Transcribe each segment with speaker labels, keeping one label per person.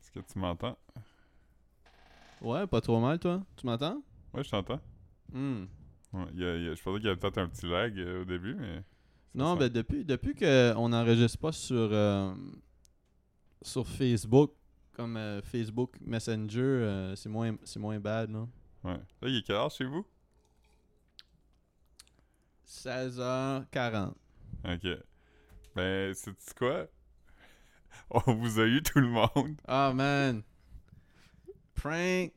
Speaker 1: Est-ce que tu m'entends?
Speaker 2: Ouais, pas trop mal, toi. Tu m'entends?
Speaker 1: Ouais, je t'entends.
Speaker 2: Hmm.
Speaker 1: Ouais, il y a- il y a- je pensais qu'il y avait peut-être un petit lag euh, au début, mais. c'est
Speaker 2: Non,
Speaker 1: ça.
Speaker 2: ben depuis, depuis qu'on n'enregistre pas sur, euh, sur Facebook, comme euh, Facebook Messenger, euh, c'est moins, c'est moins bad, là.
Speaker 1: Ouais. Là, il est quelle heure chez vous?
Speaker 2: 16h40.
Speaker 1: Ok. Ben, c'est quoi? On vous a eu tout le monde.
Speaker 2: Ah, man! Prank!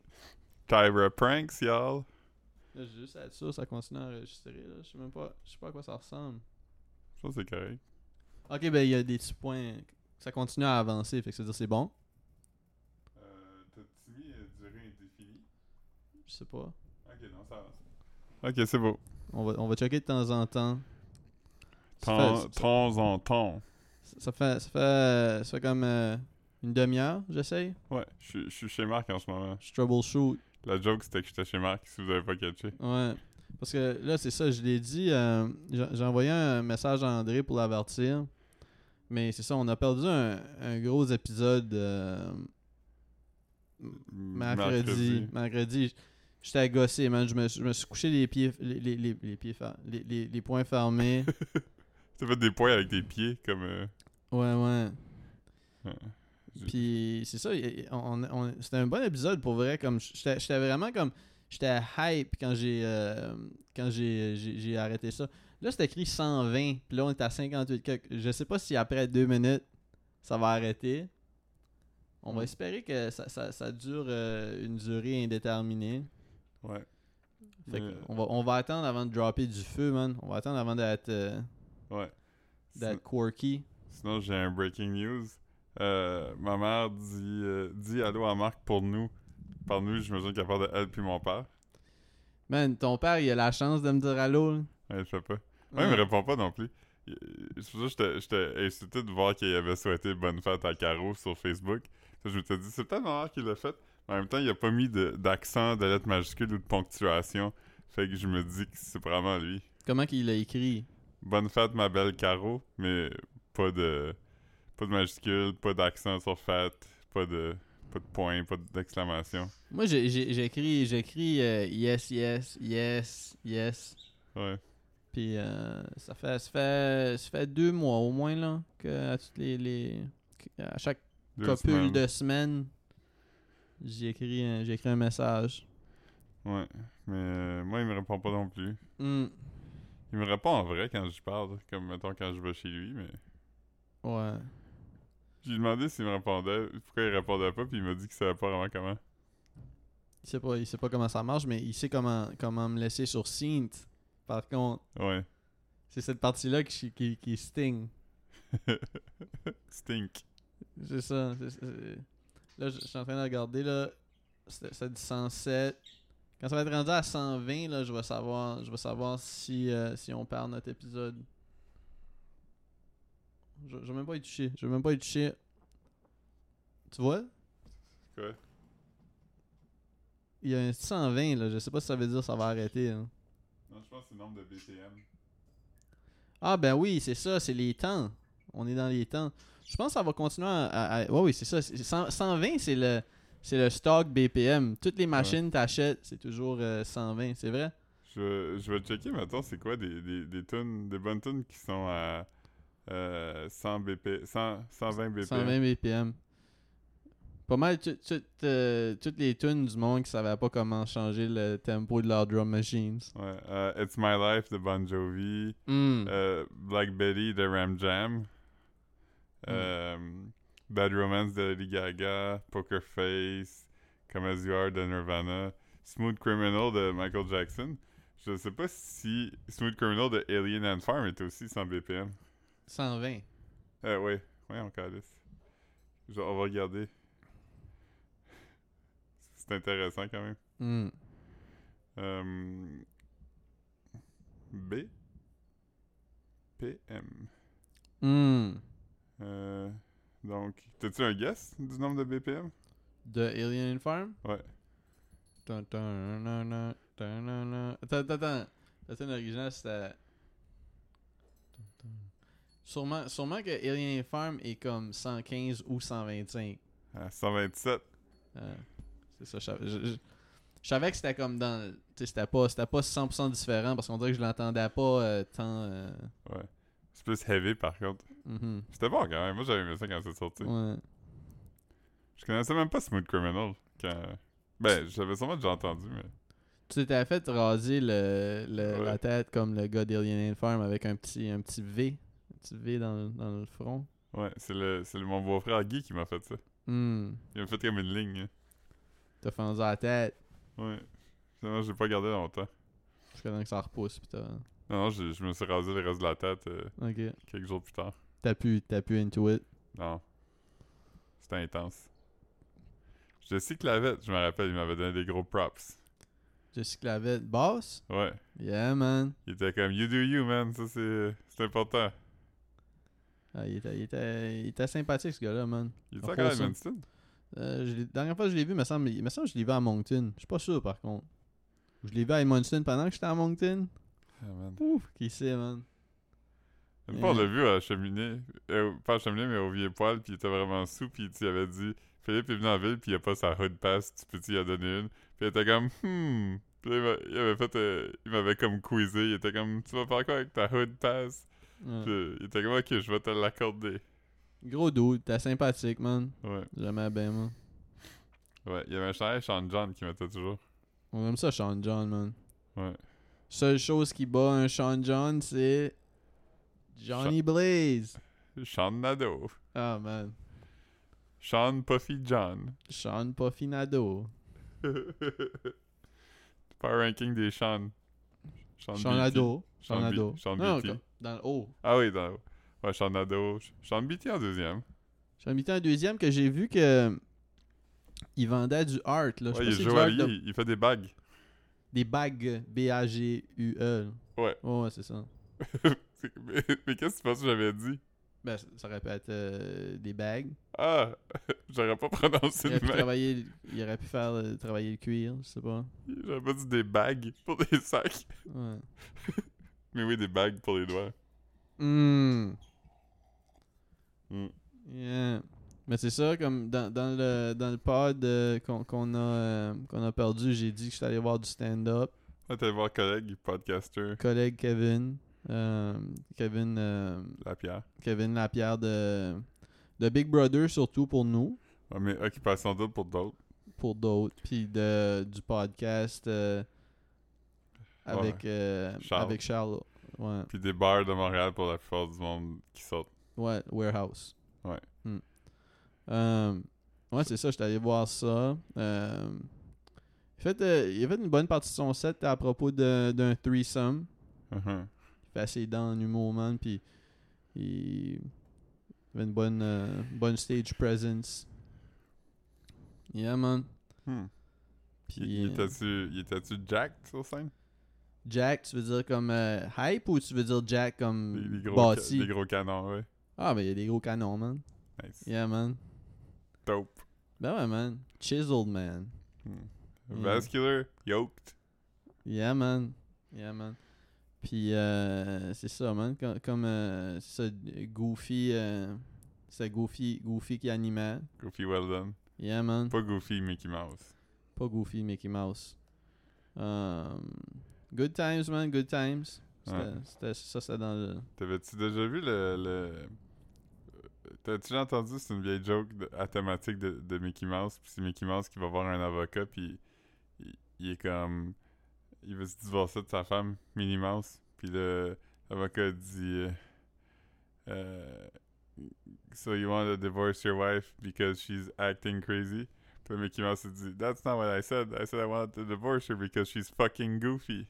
Speaker 1: Kyra Pranks, y'all.
Speaker 2: Là, j'ai juste à être sûr, ça continue à enregistrer, là. Je sais même pas, je sais pas à quoi ça ressemble.
Speaker 1: Ça, c'est correct.
Speaker 2: Ok, ben il y a des petits points. Ça continue à avancer, fait que ça veut dire c'est bon.
Speaker 1: Euh, T'as-tu mis durée indéfinie?
Speaker 2: Je sais pas.
Speaker 1: Ok, non, ça avance. Ok, c'est beau.
Speaker 2: On va, on va checker de temps en temps. Ça
Speaker 1: Temps
Speaker 2: fait- ça-
Speaker 1: temps en temps.
Speaker 2: Ça fait, ça fait, ça fait comme euh, une demi-heure, j'essaye.
Speaker 1: Ouais, je suis- je suis chez Marc en ce moment.
Speaker 2: Je troubleshoot.
Speaker 1: La joke, c'était que j'étais chez Marc, si vous avez pas catché.
Speaker 2: Ouais. Parce que là, c'est ça, je l'ai dit. euh, j'ai j'ai envoyé un message à André pour l'avertir. Mais c'est ça, on a perdu un, un gros épisode euh, mercredi. Mercredi. j- J'étais agacé, man. Je me, je me suis couché les pieds, les, les, les, les pieds fer- les, les, les poings fermés.
Speaker 1: T'as fait des points avec tes pieds, comme... euh,
Speaker 2: ouais, ouais.
Speaker 1: ouais. Je-
Speaker 2: Puis c'est ça, y- y- on, on- on- c'était un bon épisode pour vrai. Comme j'étais j'étais vraiment comme j'étais hype quand j'ai euh, quand j'ai j'ai- j'ai arrêté ça. Là c'était écrit 120, puis là on est à 58 quelques. Je sais pas si après deux minutes ça va arrêter. On va espérer que ça, ça- ça dure euh, une durée indéterminée.
Speaker 1: Ouais.
Speaker 2: Fait
Speaker 1: Mais-
Speaker 2: qu'on va, on va attendre avant de dropper du feu, man. On va attendre avant d'être euh,
Speaker 1: Ouais.
Speaker 2: d'être quirky.
Speaker 1: Sinon, j'ai un breaking news. Euh, ma mère dit, euh, dit allô à Marc pour nous. Par nous, j'imagine qu'elle parle de elle puis mon père.
Speaker 2: Man, ton père, il a la chance de me dire allô. là.
Speaker 1: Ouais, je sais pas. Ouais, il
Speaker 2: Mm.
Speaker 1: me répond pas non plus. Il- C'est pour ça que j'étais- j'étais incité de voir qu'il avait souhaité bonne fête à Caro sur Facebook. Ça, je me suis dit, c'est peut-être ma mère qui l'a fait. Mais en même temps, il a pas mis de- d'accent, de, lettres majuscules ou de ponctuation. Fait que je me dis que c'est probablement lui.
Speaker 2: Comment qu'il a écrit?
Speaker 1: Bonne fête, ma belle Caro, mais pas de pas de majuscule, pas d'accent sur fête, pas de pas de point, pas d'exclamation.
Speaker 2: Moi, j'ai- j'ai j'ai écrit, j'ai écrit euh, yes, yes, yes, yes.
Speaker 1: Ouais.
Speaker 2: Puis euh, ça, fait, ça, fait, ça fait deux mois au moins, là, que à, toutes les, les- que- à chaque
Speaker 1: deux
Speaker 2: copule
Speaker 1: semaines.
Speaker 2: de semaine, j'ai écrit, un- j'ai écrit un message.
Speaker 1: Ouais. Mais euh, moi, il me répond pas non plus.
Speaker 2: Hmm.
Speaker 1: Il me répond en vrai quand je parle, comme mettons quand je vais chez lui, mais
Speaker 2: Ouais.
Speaker 1: j'ai demandé s'il me répondait, pourquoi il répondait pas, puis il m'a dit qu'il savait pas vraiment comment.
Speaker 2: Il sait, pas, il sait pas comment ça marche, mais il sait comment, comment me laisser sur Synth. Par contre,
Speaker 1: Ouais.
Speaker 2: c'est cette partie-là qui, qui, qui sting.
Speaker 1: Stink.
Speaker 2: C'est ça. c'est- c'est- Là, je je suis en train de regarder, là. C'était c'était du 107. Quand ça va être rendu à 120, là, je vais savoir, je vais savoir si, euh, si on perd notre épisode. Je, je vais même pas y toucher. Je vais même pas y toucher. Tu vois?
Speaker 1: Quoi?
Speaker 2: Il y a un 120, là. Je sais pas si ça veut dire ça va arrêter. hein. là.
Speaker 1: Non, je pense que c'est le nombre de BPM.
Speaker 2: Ah ben oui, c'est ça, c'est les temps. On est dans les temps. Je pense que ça va continuer à... à- à- ouais, oui, c'est ça. c'est- cent- 120, c'est le c'est le stock BPM. Toutes les machines t'achètes, c'est toujours euh, 120, c'est vrai?
Speaker 1: Je, je vais checker maintenant c'est quoi des, des, des tunes, des bonnes tunes qui sont à euh, 100 BP, 100, 120 BP.
Speaker 2: 120 BPM. Pas mal tout- tout, euh, toutes les tunes du monde qui savaient pas comment changer le tempo de leur drum machines.
Speaker 1: Ouais, euh, It's My Life de Bon Jovi,
Speaker 2: Hmm.
Speaker 1: euh, Black Betty de Ram Jam, euh, Bad Romance de Lady Gaga, Poker Face, Come As You Are de Nirvana, Smooth Criminal de Michael Jackson. Je sais pas si Smooth Criminal de Alien and Farm était aussi 100 BPM.
Speaker 2: 120.
Speaker 1: Euh, ouais, ouais, on calisse. Je- on va regarder. C'est intéressant quand même.
Speaker 2: Hmm.
Speaker 1: Euh, B. PM.
Speaker 2: Hmm.
Speaker 1: Euh, donc, t'as-tu un guess du nombre de BPM?
Speaker 2: De Alien Farm?
Speaker 1: Ouais.
Speaker 2: Dun, dun, dun, dun, dun, dun, dun. Attends, attends, attends. La tune originale, c'était. Sûrement, sûrement que Alien Farm est comme 115 ou 125.
Speaker 1: À 127.
Speaker 2: Euh, c'est ça, je, savais- je- je- je savais que c'était comme dans. tu sais, C'était pas, c'était pas 100% différent parce qu'on dirait que je l'entendais pas euh, tant. euh,
Speaker 1: Ouais. C'est plus heavy par contre.
Speaker 2: mhm.
Speaker 1: C'était bon quand même. Moi j'avais aimé ça quand c'est sorti.
Speaker 2: Ouais.
Speaker 1: Je connaissais même pas Smooth Criminal. Quand... Ben, j'avais sûrement déjà entendu, mais.
Speaker 2: Tu t'étais fait raser le, le-
Speaker 1: Ouais.
Speaker 2: la tête comme le gars d'Alien Farm avec un petit, un petit V. Un petit V dans, le- dans le front.
Speaker 1: Ouais, c'est le, c'est le- mon beau-frère Guy qui m'a fait ça.
Speaker 2: Hmm.
Speaker 1: Il m'a fait comme une ligne. hein.
Speaker 2: T'as fendu la tête
Speaker 1: Ouais. Finalement, j'ai pas gardé longtemps.
Speaker 2: jusqu'à temps que ça repousse. Pis t'as-
Speaker 1: Non, non, j'ai- je me suis rasé le reste de la tête euh,
Speaker 2: ok.
Speaker 1: quelques jours plus tard.
Speaker 2: T'as pu, t'as pu into it.
Speaker 1: Non. C'était intense. Je sais que Lavette, je me rappelle, il m'avait donné des gros props.
Speaker 2: Jesse Clavette, boss?
Speaker 1: Ouais.
Speaker 2: Yeah, man.
Speaker 1: Il était comme You do you, man. Ça, c'est c'est important.
Speaker 2: Ah, il, était, il, était, il était sympathique, ce gars-là, man. Ah,
Speaker 1: Il était encore à
Speaker 2: wholesome.
Speaker 1: Edmundston.
Speaker 2: Euh, je l'ai- dernière fois que je l'ai vu, me semble, il me semble que je l'ai vu à Moncton. Je suis pas sûr, par contre. Ou Je l'ai vu à Edmonton pendant que j'étais à Moncton.
Speaker 1: Ah, man.
Speaker 2: Ouf, qui sait, man.
Speaker 1: Une fois, on l'a vu à la cheminée, euh, pas à la cheminée, mais au vieux poil, puis il était vraiment sous, puis tu avais dit Philippe est venu en ville, puis il a pas sa hood pass, tu peux-tu y en donner une Puis il était comme Hmm. Puis là, il m'a- il avait fait, euh, il m'avait comme quizzé, il était comme Tu vas faire quoi avec ta hood pass
Speaker 2: Ouais.
Speaker 1: Puis euh, il était comme Ok, je vais te l'accorder.
Speaker 2: Gros dude, t'es sympathique, man.
Speaker 1: Ouais,
Speaker 2: J'aimais bien, man.
Speaker 1: ouais. Il y avait un chandail Sean John qui mettait toujours.
Speaker 2: On aime ça, Sean John, man.
Speaker 1: Ouais.
Speaker 2: Seule chose qui bat un Sean John, c'est. Johnny Blaze.
Speaker 1: Sean Nado.
Speaker 2: Ah, man.
Speaker 1: Sean Puffy John.
Speaker 2: Sean Puffinado.
Speaker 1: Power ranking des Sean.
Speaker 2: Sean
Speaker 1: Beatty.
Speaker 2: Ado.
Speaker 1: Sean
Speaker 2: Sean
Speaker 1: Be-
Speaker 2: Ado.
Speaker 1: Sean
Speaker 2: Non,
Speaker 1: Beatty.
Speaker 2: comme dans le haut.
Speaker 1: Ah oui, dans... ouais, Sean Nadeau. Sean Beatty en deuxième.
Speaker 2: J'ai invité un deuxième que j'ai vu que. Il vendait du art, là. Je
Speaker 1: Ouais,
Speaker 2: sais pas
Speaker 1: il
Speaker 2: si
Speaker 1: est
Speaker 2: c'est du art
Speaker 1: joaillier,
Speaker 2: de-
Speaker 1: il, il fait des bagues.
Speaker 2: Des bagues. B-A-G-U-E.
Speaker 1: Ouais.
Speaker 2: E. Ouais, ouais, c'est ça.
Speaker 1: C'est- mais mais qu'est-ce que tu penses que j'avais dit?
Speaker 2: Ben, ça- ça aurait pu être euh, des bagues.
Speaker 1: Ah, j'aurais pas
Speaker 2: Il
Speaker 1: prononcé
Speaker 2: aurait,
Speaker 1: le
Speaker 2: pu
Speaker 1: même.
Speaker 2: travailler, le- il aurait pu faire euh, travailler le cuir, je sais pas.
Speaker 1: J'aurais pas dit des bagues pour des sacs.
Speaker 2: Ouais.
Speaker 1: Mais oui, des bagues pour les doigts.
Speaker 2: Hmm.
Speaker 1: Mm.
Speaker 2: Yeah. Mais c'est ça, comme dans, dans le, dans le pod euh, qu'on qu'on a, euh, qu'on a perdu, j'ai dit que j'étais allé voir du stand-up.
Speaker 1: On était voir collègue, podcaster,
Speaker 2: Collègue Kevin, euh, Kevin, euh,
Speaker 1: Lapierre.
Speaker 2: Kevin Lapierre de, de Big Brother, surtout pour nous,
Speaker 1: Ouais, mais occupation double pour d'autres.
Speaker 2: pour d'autres, puis de- du podcast euh, avec, euh,
Speaker 1: Charles.
Speaker 2: avec Charles. Ouais.
Speaker 1: Puis des bars de Montréal pour la plupart du monde qui sortent.
Speaker 2: Ouais, Warehouse.
Speaker 1: Ouais.
Speaker 2: Hmm. Euh, ouais, c'est ça, j'étais allé voir ça. Euh, il, fait, euh, il a fait une bonne partie de son set à propos de- d'un threesome.
Speaker 1: Mhm.
Speaker 2: Il fait assez dents en humour, man, puis il il avait une bonne, euh, bonne stage presence. Yeah, man.
Speaker 1: Hmm.
Speaker 2: Puis,
Speaker 1: Il- Il
Speaker 2: euh,
Speaker 1: était-tu il était-tu jacked sur scène?
Speaker 2: Jack, tu veux dire comme euh, hype ou tu veux dire Jack comme
Speaker 1: Des, des gros, ca-
Speaker 2: bâti?
Speaker 1: des gros canons, ouais.
Speaker 2: Ah, mais il y a des gros canons, man.
Speaker 1: Nice.
Speaker 2: Yeah, man.
Speaker 1: Dope.
Speaker 2: Ben ouais, man. Chiseled, man.
Speaker 1: Hmm.
Speaker 2: Yeah.
Speaker 1: Vascular, yoked.
Speaker 2: Yeah, man. Yeah, man. Puis, euh, c'est ça, man. Com- Comme, euh, c'est ça, Goofy, euh, c'est Goofy, Goofy qui animait.
Speaker 1: Goofy well done.
Speaker 2: Yeah, man.
Speaker 1: Pas Goofy, Mickey Mouse.
Speaker 2: Pas Goofy, Mickey Mouse. Um, good times, man. Good times. C'était,
Speaker 1: Ouais.
Speaker 2: c'était- ça, c'était dans le...
Speaker 1: T'avais-tu déjà vu le. le... T'as-tu déjà entendu, c'est une vieille joke de- à thématique de, de Mickey Mouse, puis c'est Mickey Mouse qui va voir un avocat, puis il, il est comme. Il veut se divorcer de sa femme, Minnie Mouse, puis le- l'avocat dit. euh, euh, so you want to divorce your wife because she's acting crazy? Puis le Mickey Mouse il dit, That's not what I said. I said I wanted to divorce her because she's fucking goofy.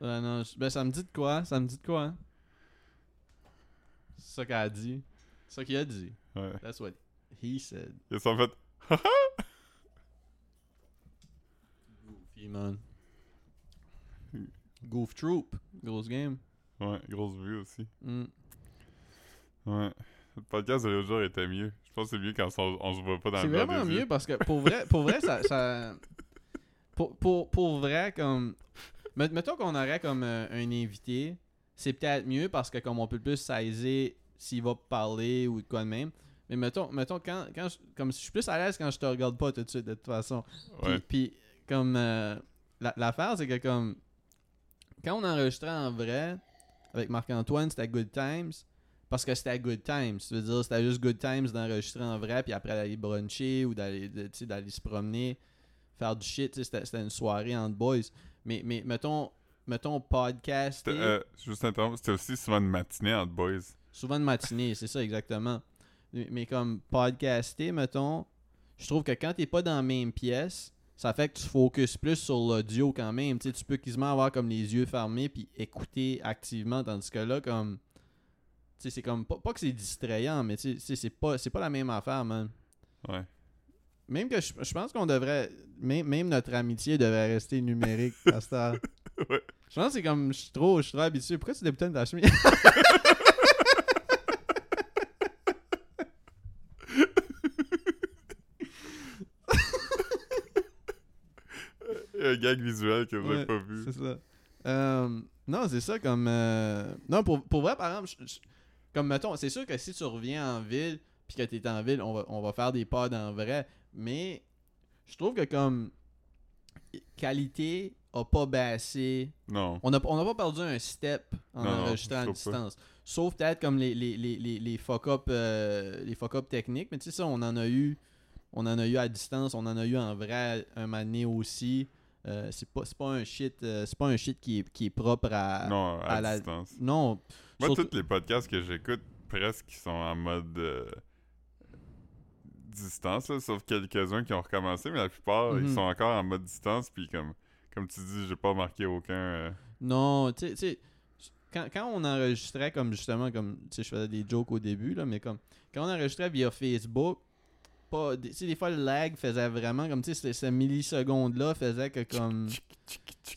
Speaker 2: Ouais, non, je- ben, ça me dit de quoi? Ça me dit de quoi? C'est ça qu'elle a dit. C'est ça qu'il a dit.
Speaker 1: Ouais.
Speaker 2: That's what he said.
Speaker 1: Ils sont fait.
Speaker 2: Goofy, man. Goof Troop. Grosse game.
Speaker 1: Ouais, grosse vue aussi.
Speaker 2: Mm.
Speaker 1: Ouais. Le podcast de l'autre jour était mieux. Je pense que c'est mieux quand on, on se voit pas dans
Speaker 2: C'est
Speaker 1: le verre
Speaker 2: vraiment
Speaker 1: des yeux.
Speaker 2: mieux parce que pour vrai, pour vrai, ça. ça- pour, pour, pour vrai, comme. met- Mettons qu'on aurait comme euh, un invité, c'est peut-être mieux parce que comme on peut plus saisir s'il va parler ou de quoi de même. Mais mettons, mettons quand, quand je, comme si je suis plus à l'aise quand je te regarde pas tout de suite, de toute façon. Puis,
Speaker 1: Ouais.
Speaker 2: puis, comme euh, la- l'affaire, c'est que comme quand on enregistrait en vrai avec Marc-Antoine, c'était Good Times. Parce que c'était à Good Times. Tu veux dire, c'était juste Good Times d'enregistrer en vrai, puis après d'aller bruncher ou d'aller de- tu sais, d'aller se promener, faire du shit. tu sais, C'était c'était une soirée entre boys. Mais, mais mettons, mettons podcast.
Speaker 1: C'était, euh, juste interrompre, c'était aussi souvent une matinée entre boys.
Speaker 2: Souvent de matinée, c'est ça exactement. Mais mais comme podcaster, mettons, je trouve que quand t'es pas dans la même pièce, ça fait que tu focuses plus sur l'audio quand même. Tu sais, tu peux quasiment avoir comme les yeux fermés puis écouter activement, tandis que là, comme. Tu sais, c'est comme. Pas, pas que c'est distrayant, mais tu sais, tu sais, c'est pas, c'est pas la même affaire, man.
Speaker 1: Ouais.
Speaker 2: Même que je, je pense qu'on devrait. Même, même notre amitié devrait rester numérique à cette heure.
Speaker 1: Ouais.
Speaker 2: Je pense que c'est comme. Je suis trop, je suis trop habitué. Pourquoi tu débutais de ta chemise?
Speaker 1: Euh, Un gag visuel que vous n'avez
Speaker 2: Ouais,
Speaker 1: pas vu.
Speaker 2: C'est ça. Euh, non, c'est ça comme. euh, Non, pour, pour vrai, par exemple, je- je- comme mettons, c'est sûr que si tu reviens en ville puis que tu es en ville, on va, on va faire des pods en vrai. Mais je trouve que comme qualité a pas baissé.
Speaker 1: Non.
Speaker 2: On n'a on a pas perdu un step en
Speaker 1: Non, non,
Speaker 2: enregistrant à
Speaker 1: je trouve pas.
Speaker 2: distance. Sauf peut-être comme les, les, les, les, les fuck-up euh, les fuck-up techniques. Mais tu sais ça, on en a eu. On en a eu à distance, on en a eu en vrai un mané aussi. Euh, c'est pas c'est pas un shit euh, c'est pas un shit qui est, qui est propre à
Speaker 1: non, à,
Speaker 2: à la-
Speaker 1: distance.
Speaker 2: non
Speaker 1: Moi,
Speaker 2: surtout-
Speaker 1: tous les podcasts que j'écoute, presque, ils sont en mode euh, distance, là, sauf quelques-uns qui ont recommencé, mais la plupart, ils
Speaker 2: Mhm.
Speaker 1: sont encore en mode distance, puis comme, comme tu dis, j'ai pas marqué aucun... euh,
Speaker 2: Non, tu sais- tu sais, quand, quand on enregistrait, comme justement, comme, tu sais, je faisais des jokes au début, là, mais comme, quand on enregistrait via Facebook, pas, des- tu sais, des fois, le lag faisait vraiment, comme, tu sais, ces- ces millisecondes-là faisait que, comme,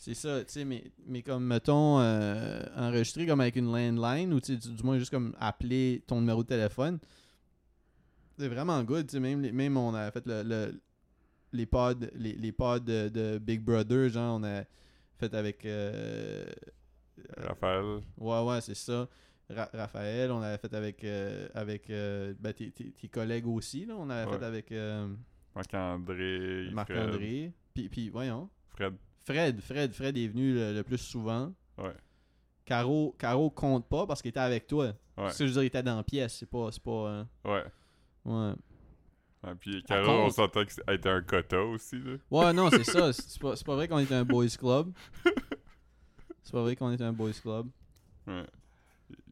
Speaker 2: c'est ça, tu sais, mais, mais comme, mettons, euh, enregistrer comme avec une landline, ou, tu sais, du, du moins, juste comme appeler ton numéro de téléphone, c'est vraiment good, tu sais, même, les- même on a fait le... le- les pods, les, les pods de, de Big Brother, genre, on a fait avec euh,
Speaker 1: Raphaël.
Speaker 2: Ouais, ouais, c'est ça. Ra- Raphaël, on l'avait fait avec, euh, avec euh, ben, tes, tes- tes collègues aussi. Là. On l'avait
Speaker 1: Ouais.
Speaker 2: fait avec euh,
Speaker 1: Marc-André, Fred,
Speaker 2: Marc-André. Puis, puis, voyons.
Speaker 1: Fred.
Speaker 2: Fred, Fred, Fred est venu le, le plus souvent.
Speaker 1: Ouais.
Speaker 2: Caro, Caro compte pas parce qu'il était avec toi.
Speaker 1: Ouais.
Speaker 2: C'est ce que je veux dire, il était dans la pièce. C'est pas. C'est pas euh,
Speaker 1: Ouais.
Speaker 2: ouais.
Speaker 1: Ouais, puis Caro, on
Speaker 2: contre-
Speaker 1: s'entend que c'était un quota aussi, là.
Speaker 2: Ouais, non, c'est ça. C'est c'est pas, c'est pas vrai qu'on est un boys club. C'est pas vrai qu'on est un boys club.
Speaker 1: Ouais.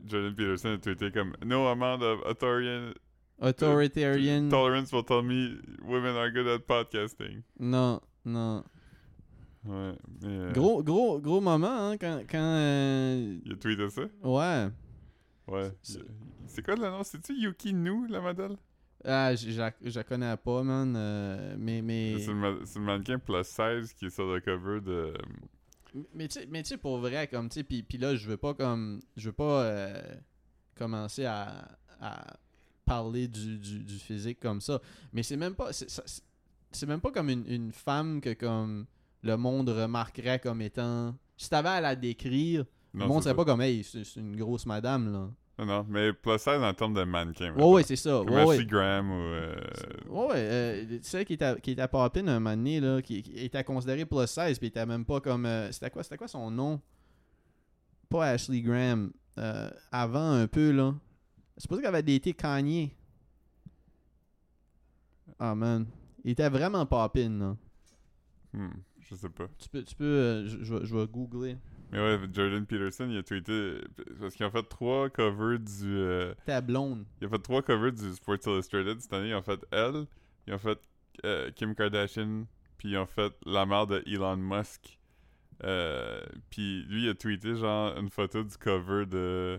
Speaker 1: Jordan Peterson a tweeté comme No amount of authorian Euh,
Speaker 2: Authoritarian.
Speaker 1: tolerance will tell me women are good at podcasting.
Speaker 2: Non, non.
Speaker 1: Ouais. mais, euh,
Speaker 2: Gros, gros, gros moment, hein, quand. quand euh,
Speaker 1: Il a tweeté ça?
Speaker 2: Ouais.
Speaker 1: Ouais.
Speaker 2: C'est-
Speaker 1: Il- C'est quoi le nom? C'est-tu Yuki Nu, la modèle?
Speaker 2: Ah, je je la je la connais pas, man. euh, mais mais,
Speaker 1: C'est le, ma- c'est le mannequin plus 16 qui est sur le cover de.
Speaker 2: mais tu sais- mais tu sais, pour vrai, comme, tu sais, puis puis là, je veux pas, comme, je veux pas euh, commencer à, à parler du, du, du physique comme ça. Mais c'est même pas, c'est ça- c'est- c'est même pas comme une, une femme que, comme, le monde remarquerait comme étant... Si t'avais à la décrire,
Speaker 1: Non,
Speaker 2: le monde
Speaker 1: c'est
Speaker 2: serait
Speaker 1: ça.
Speaker 2: pas comme, hey, c'est c'est une grosse madame, là.
Speaker 1: Non, non, mais plus 16 en termes de mannequin.
Speaker 2: Ouais, ouais, c'est ça.
Speaker 1: Comme
Speaker 2: Ouais,
Speaker 1: Ashley
Speaker 2: ouais.
Speaker 1: Graham ou. euh,
Speaker 2: Ouais, ouais, euh, celle qui était, à- qui était à Poppin un moment donné, là, qui, qui était considérée plus 16, puis était même pas comme. euh, c'était, quoi, c'était quoi son nom Pas Ashley Graham. euh, avant un peu, là. C'est pour ça qu'elle avait daté Kanye. Ah, man. Il était vraiment Poppin, là.
Speaker 1: hmm, je sais pas.
Speaker 2: Tu peux. Tu peux euh, je- je vais- je vais googler.
Speaker 1: Mais ouais, Jordan Peterson, il a tweeté. Parce qu'ils ont fait trois covers du. euh,
Speaker 2: Ta blonde.
Speaker 1: Il a fait trois covers du Sports Illustrated cette année. Ils ont fait elle, ils ont fait euh, Kim Kardashian, puis ils ont fait la mère de Elon Musk. Euh, puis lui, il a tweeté genre une photo du cover de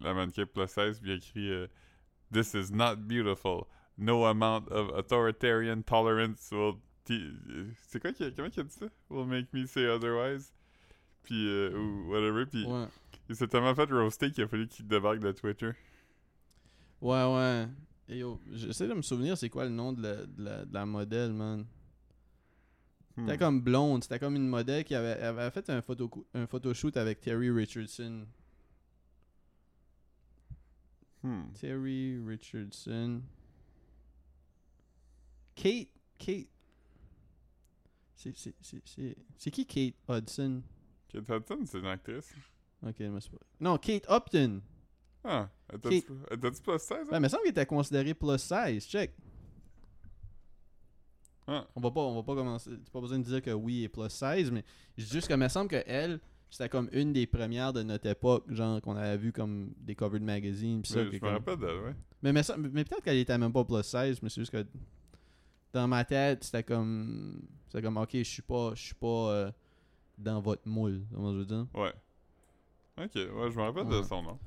Speaker 1: la mannequin plus 16, puis il a écrit euh, This is not beautiful. No amount of authoritarian tolerance will. te- C'est quoi qu'il a- comment qu'il a dit ça? Will make me say otherwise. Puis, euh, ou whatever. Puis
Speaker 2: Ouais.
Speaker 1: il s'est tellement fait roaster qu'il a fallu qu'il débarque de Twitter.
Speaker 2: Ouais, ouais. Et yo, j'essaie de me souvenir c'est quoi le nom de la, de la, de la modèle, man.
Speaker 1: Hmm.
Speaker 2: C'était comme blonde, c'était comme une modèle qui avait, avait fait un, photo, un photoshoot avec Terry Richardson.
Speaker 1: Hmm.
Speaker 2: Terry Richardson. Kate. Kate. C'est- c'est- c'est- C'est c'est qui Kate Hudson
Speaker 1: Kate Hudson, c'est une actrice.
Speaker 2: Ok, je me suis pas- Non, Kate Upton.
Speaker 1: Ah, elle t'a
Speaker 2: Kate-
Speaker 1: dit pas- hein? elle t'a-tu plus 16?
Speaker 2: Ben, il me semble qu'elle était considérée plus size. Check.
Speaker 1: Ah.
Speaker 2: On va pas, on va pas commencer. t'as pas besoin de dire que oui, elle est plus size, mais je dis juste que il me semble qu'elle, c'était comme une des premières de notre époque, genre qu'on avait vu comme des covered magazines. pis ça,
Speaker 1: Oui,
Speaker 2: que
Speaker 1: je me
Speaker 2: comme-
Speaker 1: rappelle d'elle, ouais.
Speaker 2: Mais, mais, ça- mais peut-être qu'elle était même pas plus 16, mais c'est juste que dans ma tête, c'était comme. C'était comme, ok, je suis pas, je suis pas euh, dans votre moule, comment je veux dire.
Speaker 1: Ouais. Ok, ouais, je me rappelle de
Speaker 2: Ouais.
Speaker 1: son nom.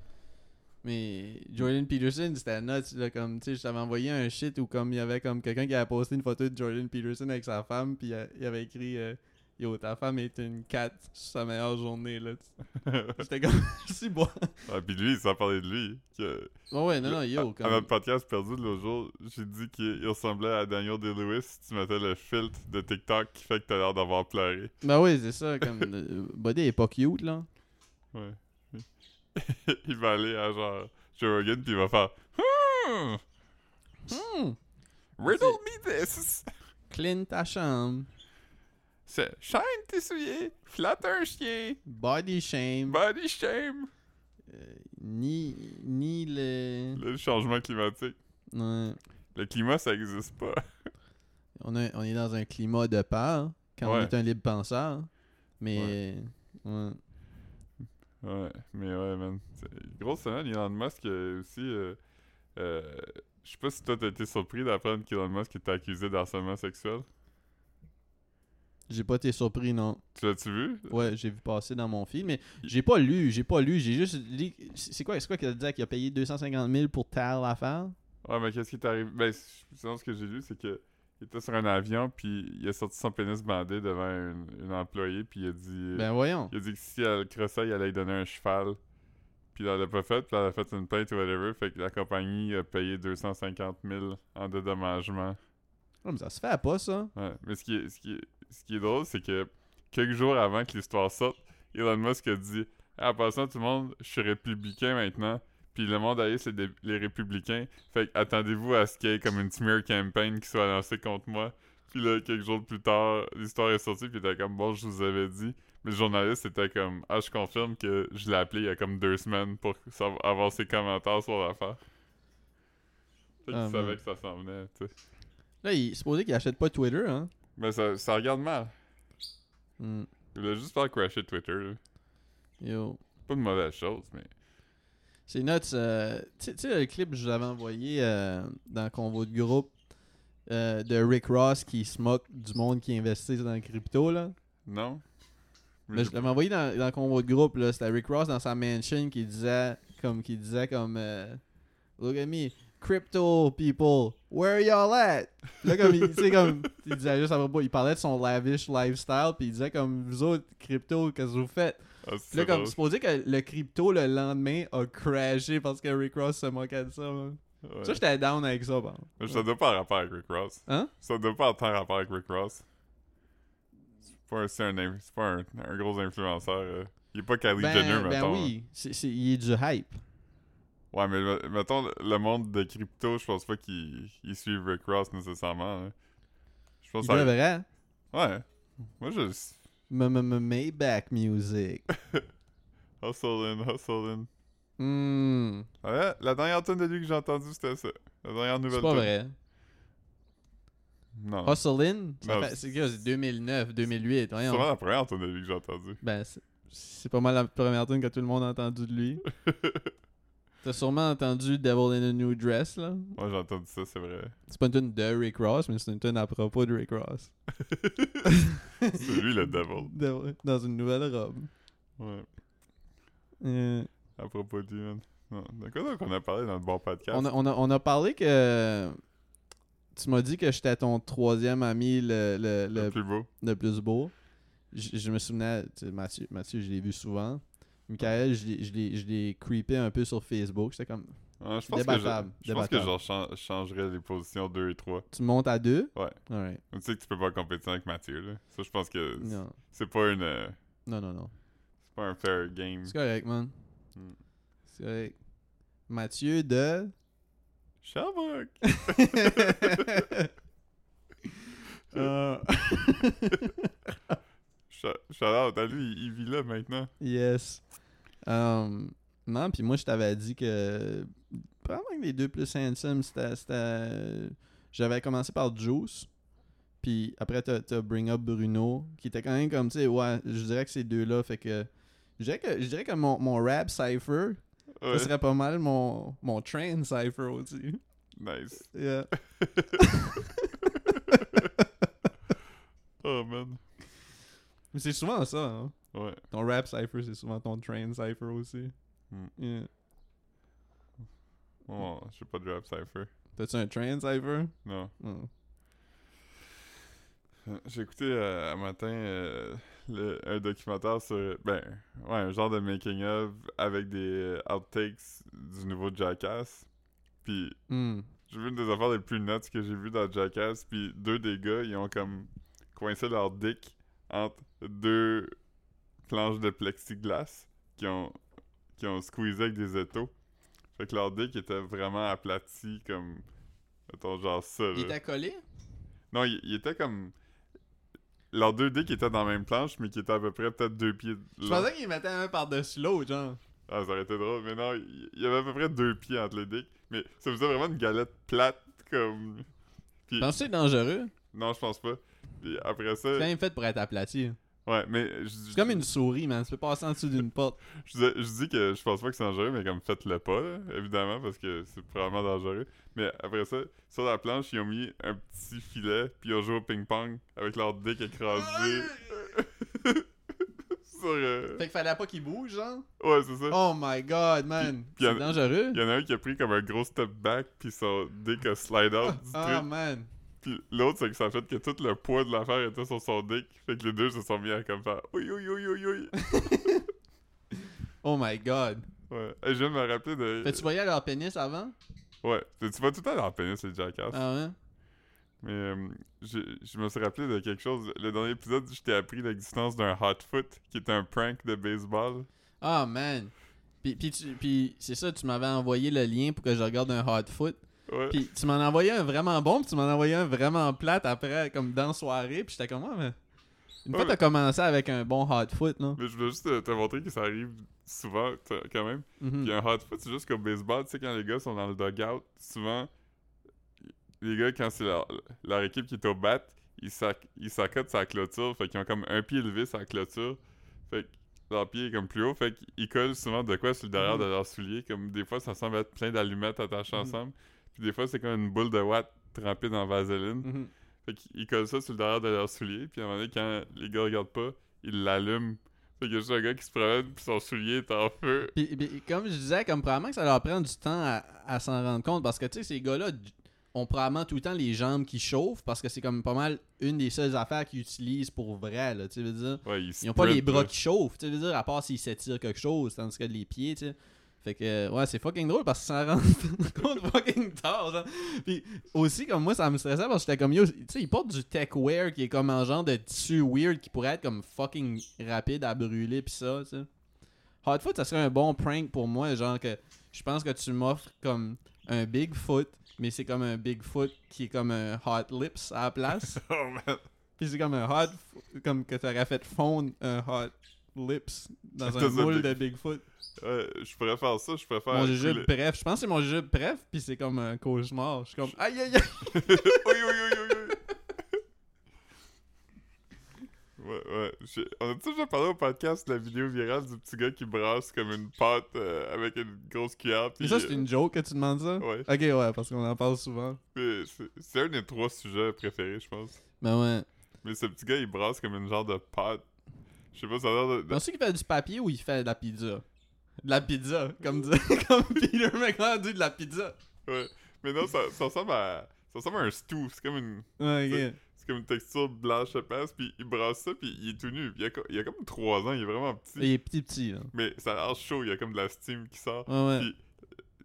Speaker 2: Mais Jordan Peterson, c'était nuts, là, comme, tu sais, je t'avais envoyé un shit où comme il y avait comme quelqu'un qui avait posté une photo de Jordan Peterson avec sa femme, puis euh, il avait écrit euh, Yo, ta femme est une cat, c'est sa meilleure journée, là. J'étais comme, si bon.
Speaker 1: Ah, puis lui, ça parlait de lui. que-
Speaker 2: Ouais, ouais, non, non,
Speaker 1: à,
Speaker 2: yo,
Speaker 1: à
Speaker 2: comme.
Speaker 1: notre podcast perdu de l'autre jour, j'ai dit qu'il il ressemblait à Daniel Day-Lewis si tu mettais le filtre de TikTok qui fait que t'as l'air d'avoir pleuré.
Speaker 2: Ben oui, c'est ça, comme. le Buddy est pas cute, là.
Speaker 1: Ouais. il va aller à genre Joe Rogan puis il va faire Hmm,
Speaker 2: Hmm,
Speaker 1: Riddle me this!
Speaker 2: clean ta chambre.
Speaker 1: C'est shine tes souliers, flatte un chien,
Speaker 2: Body shame.
Speaker 1: body shame!
Speaker 2: Euh, ni, ni le.
Speaker 1: Le changement climatique.
Speaker 2: Ouais.
Speaker 1: Le climat, ça existe pas.
Speaker 2: On, a- on est dans un climat de peur quand on
Speaker 1: Ouais.
Speaker 2: est un libre penseur. Mais. ouais.
Speaker 1: Ouais, mais ouais, man. C'est- Grosse semaine, Elon Musk euh, aussi. euh, euh, je sais pas si toi t'as été surpris d'apprendre qu'Elon Musk était accusé d'harcèlement sexuel.
Speaker 2: J'ai pas été surpris, non.
Speaker 1: Tu l'as-tu vu?
Speaker 2: Ouais, j'ai vu passer dans mon film, mais j'ai pas lu, j'ai pas lu, j'ai juste lu. C'est quoi, c'est quoi qu'il a dit qu'il a payé 250 000 pour telle affaire?
Speaker 1: Ouais, mais qu'est-ce qui t'est arrivé? Ben, c- sinon, ce que j'ai lu, c'est que il était sur un avion, puis il a sorti son pénis bandé devant une, une employée, puis il a dit. euh,
Speaker 2: Ben voyons.
Speaker 1: Il a dit que si elle crossait, il allait lui donner un cheval. Puis elle l'a pas fait, puis elle a fait une plainte ou whatever. Fait que la compagnie a payé 250 000 en dédommagement.
Speaker 2: Non, mais ça se fait pas, ça.
Speaker 1: Ouais. Mais ce qui est, ce qui est- ce qui est drôle, c'est que quelques jours avant que l'histoire sorte, Elon Musk a dit Ah, En passant, tout le monde, je suis républicain maintenant. Puis le monde ailleurs, c'est des- les républicains. Fait que attendez-vous à ce qu'il y ait comme une smear campaign qui soit lancée contre moi. Puis là, quelques jours plus tard, l'histoire est sortie. Puis il était comme Bon, je vous avais dit. Mais le journaliste était comme Ah, je confirme que je l'ai appelé il y a comme deux semaines pour savoir- avoir ses commentaires sur l'affaire. Fait qu'il
Speaker 2: Ah,
Speaker 1: savait
Speaker 2: man.
Speaker 1: que ça s'en venait, tu sais.
Speaker 2: Là, il est supposé qu'il achète pas Twitter, hein.
Speaker 1: Mais ça, ça regarde mal.
Speaker 2: Hmm,
Speaker 1: Il voulait juste faire crasher Twitter. là.
Speaker 2: Yo.
Speaker 1: Pas de mauvaise chose, mais.
Speaker 2: C'est nuts. euh, tu sais- tu sais, le clip que je vous avais envoyé euh, dans le convo de groupe euh, de Rick Ross qui se moque du monde qui investit dans le crypto, là.
Speaker 1: Non?
Speaker 2: Mais Ben, je l'avais envoyé dans, dans le convoi de groupe, là. C'était Rick Ross dans sa mansion qui disait comme qui disait comme euh, Look at me, crypto people, where y'all at? Puis Là comme il tu sais, comme il disait juste à propos, il parlait de son lavish lifestyle puis il disait comme vous autres crypto, qu'est-ce que vous faites?
Speaker 1: Ah,
Speaker 2: Puis là
Speaker 1: c'est
Speaker 2: comme
Speaker 1: drôle.
Speaker 2: supposé que le crypto le lendemain a crashé parce que Rick Ross se moquait de ça. man.
Speaker 1: Ouais.
Speaker 2: Ça j'étais down avec ça, bon.
Speaker 1: Mais ça doit pas en rapport avec Rick Ross.
Speaker 2: Hein?
Speaker 1: Ça doit pas en tant rapport avec Rick Ross. C'est pas un, c'est un, inf- c'est pas un, un gros influenceur. euh. Il est pas Kylie
Speaker 2: Ben,
Speaker 1: Jenner,
Speaker 2: ben
Speaker 1: mettons. hein.
Speaker 2: oui, c'est- c'est- il est du hype.
Speaker 1: Ouais, mais le- mettons, le- le monde de crypto, je pense pas qu'ils ils suivent Rick Ross nécessairement. hein. Je pense
Speaker 2: Il
Speaker 1: que ça...
Speaker 2: devrait.
Speaker 1: Ouais. Moi, je.
Speaker 2: M- m- m- Maybach music.
Speaker 1: Hustle in, hustle in.
Speaker 2: Hmm.
Speaker 1: Ah, là, la dernière tune de lui que j'ai entendue, c'était ça. La dernière nouvelle Ah.
Speaker 2: C'est pas
Speaker 1: tune.
Speaker 2: vrai. Ah,
Speaker 1: Non.
Speaker 2: Hustle In, ça
Speaker 1: Non,
Speaker 2: fait- c'est quoi, c'est 2009, 2008,
Speaker 1: C'est
Speaker 2: voyons.
Speaker 1: Ben, sûrement la première tune de lui que j'ai entendue.
Speaker 2: Ben, c'est- c'est pas mal la première tune que tout le monde a entendu de lui. T'as sûrement entendu Devil in a New Dress, là.
Speaker 1: Moi, j'ai entendu ça, c'est vrai.
Speaker 2: C'est pas une tune de Rick Ross, mais c'est une tune à propos de Rick Ross.
Speaker 1: C'est lui le devil.
Speaker 2: Devil- Dans une nouvelle robe.
Speaker 1: Ouais.
Speaker 2: Euh,
Speaker 1: À propos de lui, man. Non. De quoi donc on a parlé dans le bon podcast?
Speaker 2: on, a, on, a, on a parlé que... Tu m'as dit que j'étais ton troisième ami le, le,
Speaker 1: le,
Speaker 2: le
Speaker 1: plus beau.
Speaker 2: le plus beau. Je, je me souvenais, tu sais, Mathieu, Mathieu, je l'ai vu souvent. Michael, je l'ai- je l'ai je l'ai creepé un peu sur Facebook. J'étais comme,
Speaker 1: Ah, je pense que
Speaker 2: Débattable,
Speaker 1: je, je pense que
Speaker 2: débattable.
Speaker 1: genre, chan- je changerais les positions 2 et 3.
Speaker 2: tu montes à deux?
Speaker 1: Ouais.
Speaker 2: Alright.
Speaker 1: Tu sais que tu peux pas compétir avec Mathieu, là. Ça, je pense que c-
Speaker 2: Non,
Speaker 1: c'est pas une... euh,
Speaker 2: non, non, non.
Speaker 1: c'est pas un fair game.
Speaker 2: C'est correct, man.
Speaker 1: Mm.
Speaker 2: C'est correct. Mathieu de.
Speaker 1: Sherbrooke.
Speaker 2: Euh,
Speaker 1: Sh- Shout-out à lui, il vit là maintenant.
Speaker 2: yes. Um, non, puis moi, je t'avais dit que. Probablement que les deux plus handsome, c'était. c'était- J'avais commencé par Juice. Puis après, t'as t'as Bring Up Bruno, qui était quand même comme, tu sais, ouais, je dirais que ces deux-là, fait que. Je dirais que, je dirais que mon, mon rap cypher,
Speaker 1: Ouais,
Speaker 2: ça serait pas mal mon, mon train cypher aussi.
Speaker 1: Nice.
Speaker 2: Yeah.
Speaker 1: Oh man.
Speaker 2: Mais c'est souvent ça, hein.
Speaker 1: Ouais.
Speaker 2: Ton rap cypher, c'est souvent ton train cypher aussi.
Speaker 1: Hmm.
Speaker 2: Yeah.
Speaker 1: Oh, je sais pas de rap cipher.
Speaker 2: T'as-tu un train cypher?
Speaker 1: Non.
Speaker 2: Hmm.
Speaker 1: J'ai écouté euh, un matin euh, le- un documentaire sur. Ben, ouais, un genre de making-of avec des euh, outtakes du nouveau Jackass. Puis
Speaker 2: Hmm.
Speaker 1: J'ai vu une des affaires les plus nuts que j'ai vu dans Jackass, puis deux des gars, ils ont comme coincé leur dick entre deux planches de plexiglas qui ont qui ont squeezé avec des étaux. Fait que leur dick était vraiment aplati comme mettons genre ça. là.
Speaker 2: Il t'a collé?
Speaker 1: Non, il, il était comme leurs deux dicks étaient dans la même planche mais qui étaient à peu près peut-être deux pieds
Speaker 2: Je
Speaker 1: longs.
Speaker 2: pensais qu'il mettait un par-dessus l'autre, genre.
Speaker 1: Ah, ça aurait été drôle, mais non, il il y avait à peu près deux pieds entre les dicks, mais ça faisait vraiment une galette plate comme
Speaker 2: Penses-tu que c'est dangereux?
Speaker 1: Non, je pense pas. Puis après ça.
Speaker 2: C'est quand même fait pour être aplati.
Speaker 1: Ouais, mais je, je-
Speaker 2: C'est comme une souris, man. Tu peux passer en dessous d'une porte.
Speaker 1: je, disais- je dis que je pense pas que c'est dangereux, mais comme faites-le pas, là, évidemment, parce que c'est probablement dangereux. Mais après ça, sur la planche, ils ont mis un petit filet, puis ils ont joué au ping-pong avec leur dick écrasé.
Speaker 2: Ah!
Speaker 1: sur. euh,
Speaker 2: Fait qu'il fallait pas qu'il bouge, genre.
Speaker 1: Ouais, c'est ça.
Speaker 2: Oh my god, man.
Speaker 1: Puis- puis
Speaker 2: C'est
Speaker 1: en-
Speaker 2: dangereux.
Speaker 1: Il y en a un qui a pris comme un gros step back, puis son dick a slide out du
Speaker 2: Ah,
Speaker 1: truc.
Speaker 2: man.
Speaker 1: Puis l'autre, c'est que ça a fait que tout le poids de l'affaire était sur son dick. Fait que les deux se sont mis à comme faire. Oui, oui, oui, oui, oui.
Speaker 2: Oh my god.
Speaker 1: Ouais. Hey, Je viens de me rappeler de.
Speaker 2: T'as-tu voyé leur pénis avant?
Speaker 1: Ouais, tu tu vas tout le temps dans le pénis, les jackass.
Speaker 2: Ah, ouais?
Speaker 1: Mais euh, j'ai- je me suis rappelé de quelque chose. Le dernier épisode, je t'ai appris l'existence d'un hot foot qui est un prank de baseball.
Speaker 2: Ah, man. Puis, puis, tu- puis c'est ça, tu m'avais envoyé le lien pour que je regarde un hot foot.
Speaker 1: Ouais.
Speaker 2: Puis tu m'en envoyais un vraiment bon, puis tu m'en envoyais un vraiment plate après, comme dans la soirée, puis j'étais comme, ouais, mais. Une fois,
Speaker 1: Ouais,
Speaker 2: t'as commencé avec un bon hot foot, non?
Speaker 1: Mais je voulais juste te, te montrer que ça arrive souvent, t- quand même.
Speaker 2: Mhm.
Speaker 1: Puis un hot foot, c'est juste qu'au baseball, tu sais, quand les gars sont dans le dugout, souvent, les gars, quand c'est leur, leur équipe qui est au bat, ils, sac, ils s'accotent sa clôture. Fait qu'ils ont comme un pied élevé sa clôture. Fait que leur pied est comme plus haut. Fait qu'ils collent souvent de quoi sur le derrière de leurs souliers. Comme des fois, ça semble être plein d'allumettes attachées
Speaker 2: Mhm.
Speaker 1: ensemble. Puis des fois, c'est comme une boule de watt trempée dans vaseline.
Speaker 2: Mhm.
Speaker 1: Fait qu'ils collent ça sur le derrière de leurs souliers. Puis à un moment donné, quand les gars regardent pas, ils l'allument. Fait qu'il y a juste un gars qui se promène, puis son soulier est en feu.
Speaker 2: Puis, puis, comme je disais, comme probablement que ça leur prend du temps à, à s'en rendre compte, parce que tu sais, ces gars-là d- ont probablement tout le temps les jambes qui chauffent, parce que c'est comme pas mal une des seules affaires qu'ils utilisent pour vrai, là, tu sais, veux dire.
Speaker 1: Ouais,
Speaker 2: Ils n'ont pas les
Speaker 1: sprint,
Speaker 2: bras
Speaker 1: là.
Speaker 2: qui chauffent, tu sais, veux dire, à part s'ils s'étirent quelque chose, tandis que les pieds, tu sais. Fait que, euh, ouais, c'est fucking drôle parce qu'ils s'en rendent compte fucking tard, genre. Puis aussi, comme moi, ça me stressait parce que j'étais comme, yo, tu sais, ils portent du tech wear qui est comme un genre de tissu weird qui pourrait être comme fucking rapide à brûler, pis ça, tu sais. Hotfoot, ça serait un bon prank pour moi, genre que je pense que tu m'offres comme un Bigfoot, mais c'est comme un Bigfoot qui est comme un Hot Lips à la place.
Speaker 1: Oh man.
Speaker 2: Puis c'est comme un hot, f- comme que t'aurais fait fondre un hot lips dans un
Speaker 1: Dans un
Speaker 2: moule
Speaker 1: big-
Speaker 2: de Bigfoot.
Speaker 1: Ouais, je pourrais faire ça, je pourrais faire.
Speaker 2: Mon
Speaker 1: couler-
Speaker 2: jujube bref, je pense que c'est mon jujube bref, puis c'est comme un cauchemar. Je suis comme aïe aïe aïe.
Speaker 1: Oui, oui, oui, oui, oui. Ouais, ouais. J'ai- On a déjà parlé au podcast de la vidéo virale du petit gars qui brasse comme une pâte euh, avec une grosse cuillère.
Speaker 2: Mais
Speaker 1: Puis, euh,
Speaker 2: ça c'est une joke que tu demandes ça.
Speaker 1: Ouais.
Speaker 2: Ok ouais, parce qu'on en parle souvent.
Speaker 1: euh, puis c'est- C'est un des trois sujets préférés, je pense.
Speaker 2: Ben ouais.
Speaker 1: Mais ce petit gars, il brasse comme une genre de pâte. Je sais pas, ça a l'air de. de-
Speaker 2: Penses tu qu'il fait du papier ou il fait de la pizza? De la pizza, comme dit- comme Peter McLeod dit de la pizza.
Speaker 1: Ouais. Mais non, ça, ça ressemble à. Ça ressemble à un stew. C'est comme une.
Speaker 2: Ouais, ok.
Speaker 1: C'est comme une texture blanche à passe, puis il brasse ça, puis il est tout nu. Puis Il a, co- il a comme 3 ans, il est vraiment petit.
Speaker 2: Il est petit petit là.
Speaker 1: Mais ça a l'air chaud, il y a comme de la steam qui sort.
Speaker 2: Ouais ouais.
Speaker 1: Puis,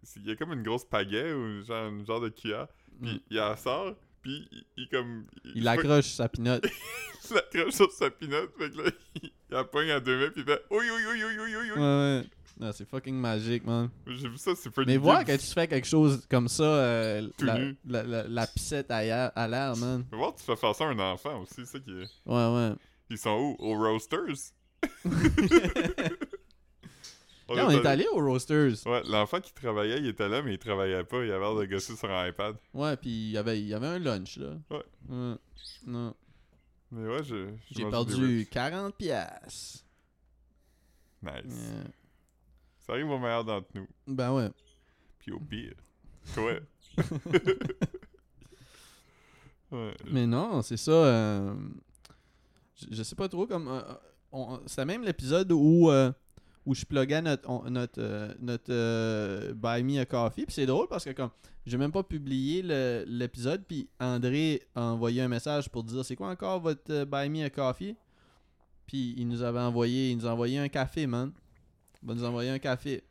Speaker 1: c'est- Il y a comme une grosse pagaie ou genre, une genre de cuillère. Puis il la sort, puis il, il comme.
Speaker 2: Mm. Il accroche sa pinotte.
Speaker 1: Il l'accroche sur sa pinotte, fait que là, il, il la pogne à deux mains, puis il fait. Oui, oui, oui, oui, oui, oui,
Speaker 2: Ouais
Speaker 1: oui.
Speaker 2: ouais. Non, c'est fucking magique, man.
Speaker 1: J'ai vu ça sur Freddy
Speaker 2: Mais voir
Speaker 1: Gibbs.
Speaker 2: que tu fais quelque chose comme ça, euh,
Speaker 1: Tout
Speaker 2: la,
Speaker 1: nu.
Speaker 2: la, la, la pissette à l'air- à l'air, man.
Speaker 1: Faut voir que tu fais faire ça à un enfant aussi, ça qui est...
Speaker 2: Ouais, ouais.
Speaker 1: Ils sont où? Aux Roasters?
Speaker 2: Là, on est allé aux Roasters.
Speaker 1: Ouais, l'enfant qui travaillait, il était là, mais il travaillait pas. Il avait l'air de gosser sur un iPad.
Speaker 2: Ouais, puis il y avait, il y avait un lunch, là.
Speaker 1: Ouais.
Speaker 2: Ouais. Non.
Speaker 1: Mais ouais, je... je
Speaker 2: J'ai
Speaker 1: mangeais des
Speaker 2: perdu 40 piastres.
Speaker 1: Wraps. Nice.
Speaker 2: Yeah.
Speaker 1: Ça arrive au meilleur d'entre nous.
Speaker 2: Ben ouais.
Speaker 1: Puis au pire. Toi. ouais.
Speaker 2: Mais non, c'est ça. euh, je, je sais pas trop comme. euh, on- C'était même l'épisode où, euh, où je pluguais notre, on- notre, euh, notre euh, Buy Me a Coffee. Puis c'est drôle parce que comme j'ai même pas publié le- l'épisode, puis André a envoyé un message pour dire c'est quoi encore votre euh, Buy Me a Coffee Puis il nous avait envoyé, il nous a envoyé un café, man. Il va nous envoyer un café.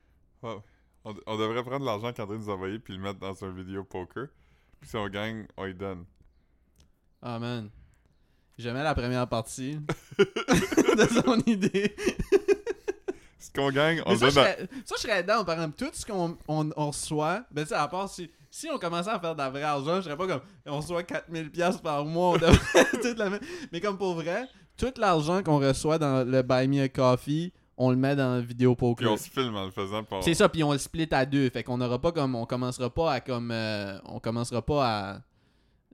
Speaker 1: Wow. On, on devrait prendre l'argent qu'André nous a envoyé puis le mettre dans un vidéo poker. Puis si on gagne, on lui donne.
Speaker 2: Ah man. J'aimais la première partie de son idée.
Speaker 1: Ce qu'on gagne, on
Speaker 2: Mais ça,
Speaker 1: le donne
Speaker 2: je
Speaker 1: à...
Speaker 2: serais, ça, je serais dedans, par exemple, tout ce qu'on on, on reçoit, ben, tu sais, à part si, si on commençait à faire de la vraie argent, je serais pas comme, on reçoit 4000 pièces par mois, on devrait toute la même- Mais comme pour vrai, tout l'argent qu'on reçoit dans le Buy Me a Coffee, on le met dans le vidéo
Speaker 1: Puis
Speaker 2: poker.
Speaker 1: on se filme en le faisant. Puis on-
Speaker 2: C'est ça, puis on le split à deux, fait qu'on n'aura pas comme, on commencera pas à comme, euh, on commencera pas à,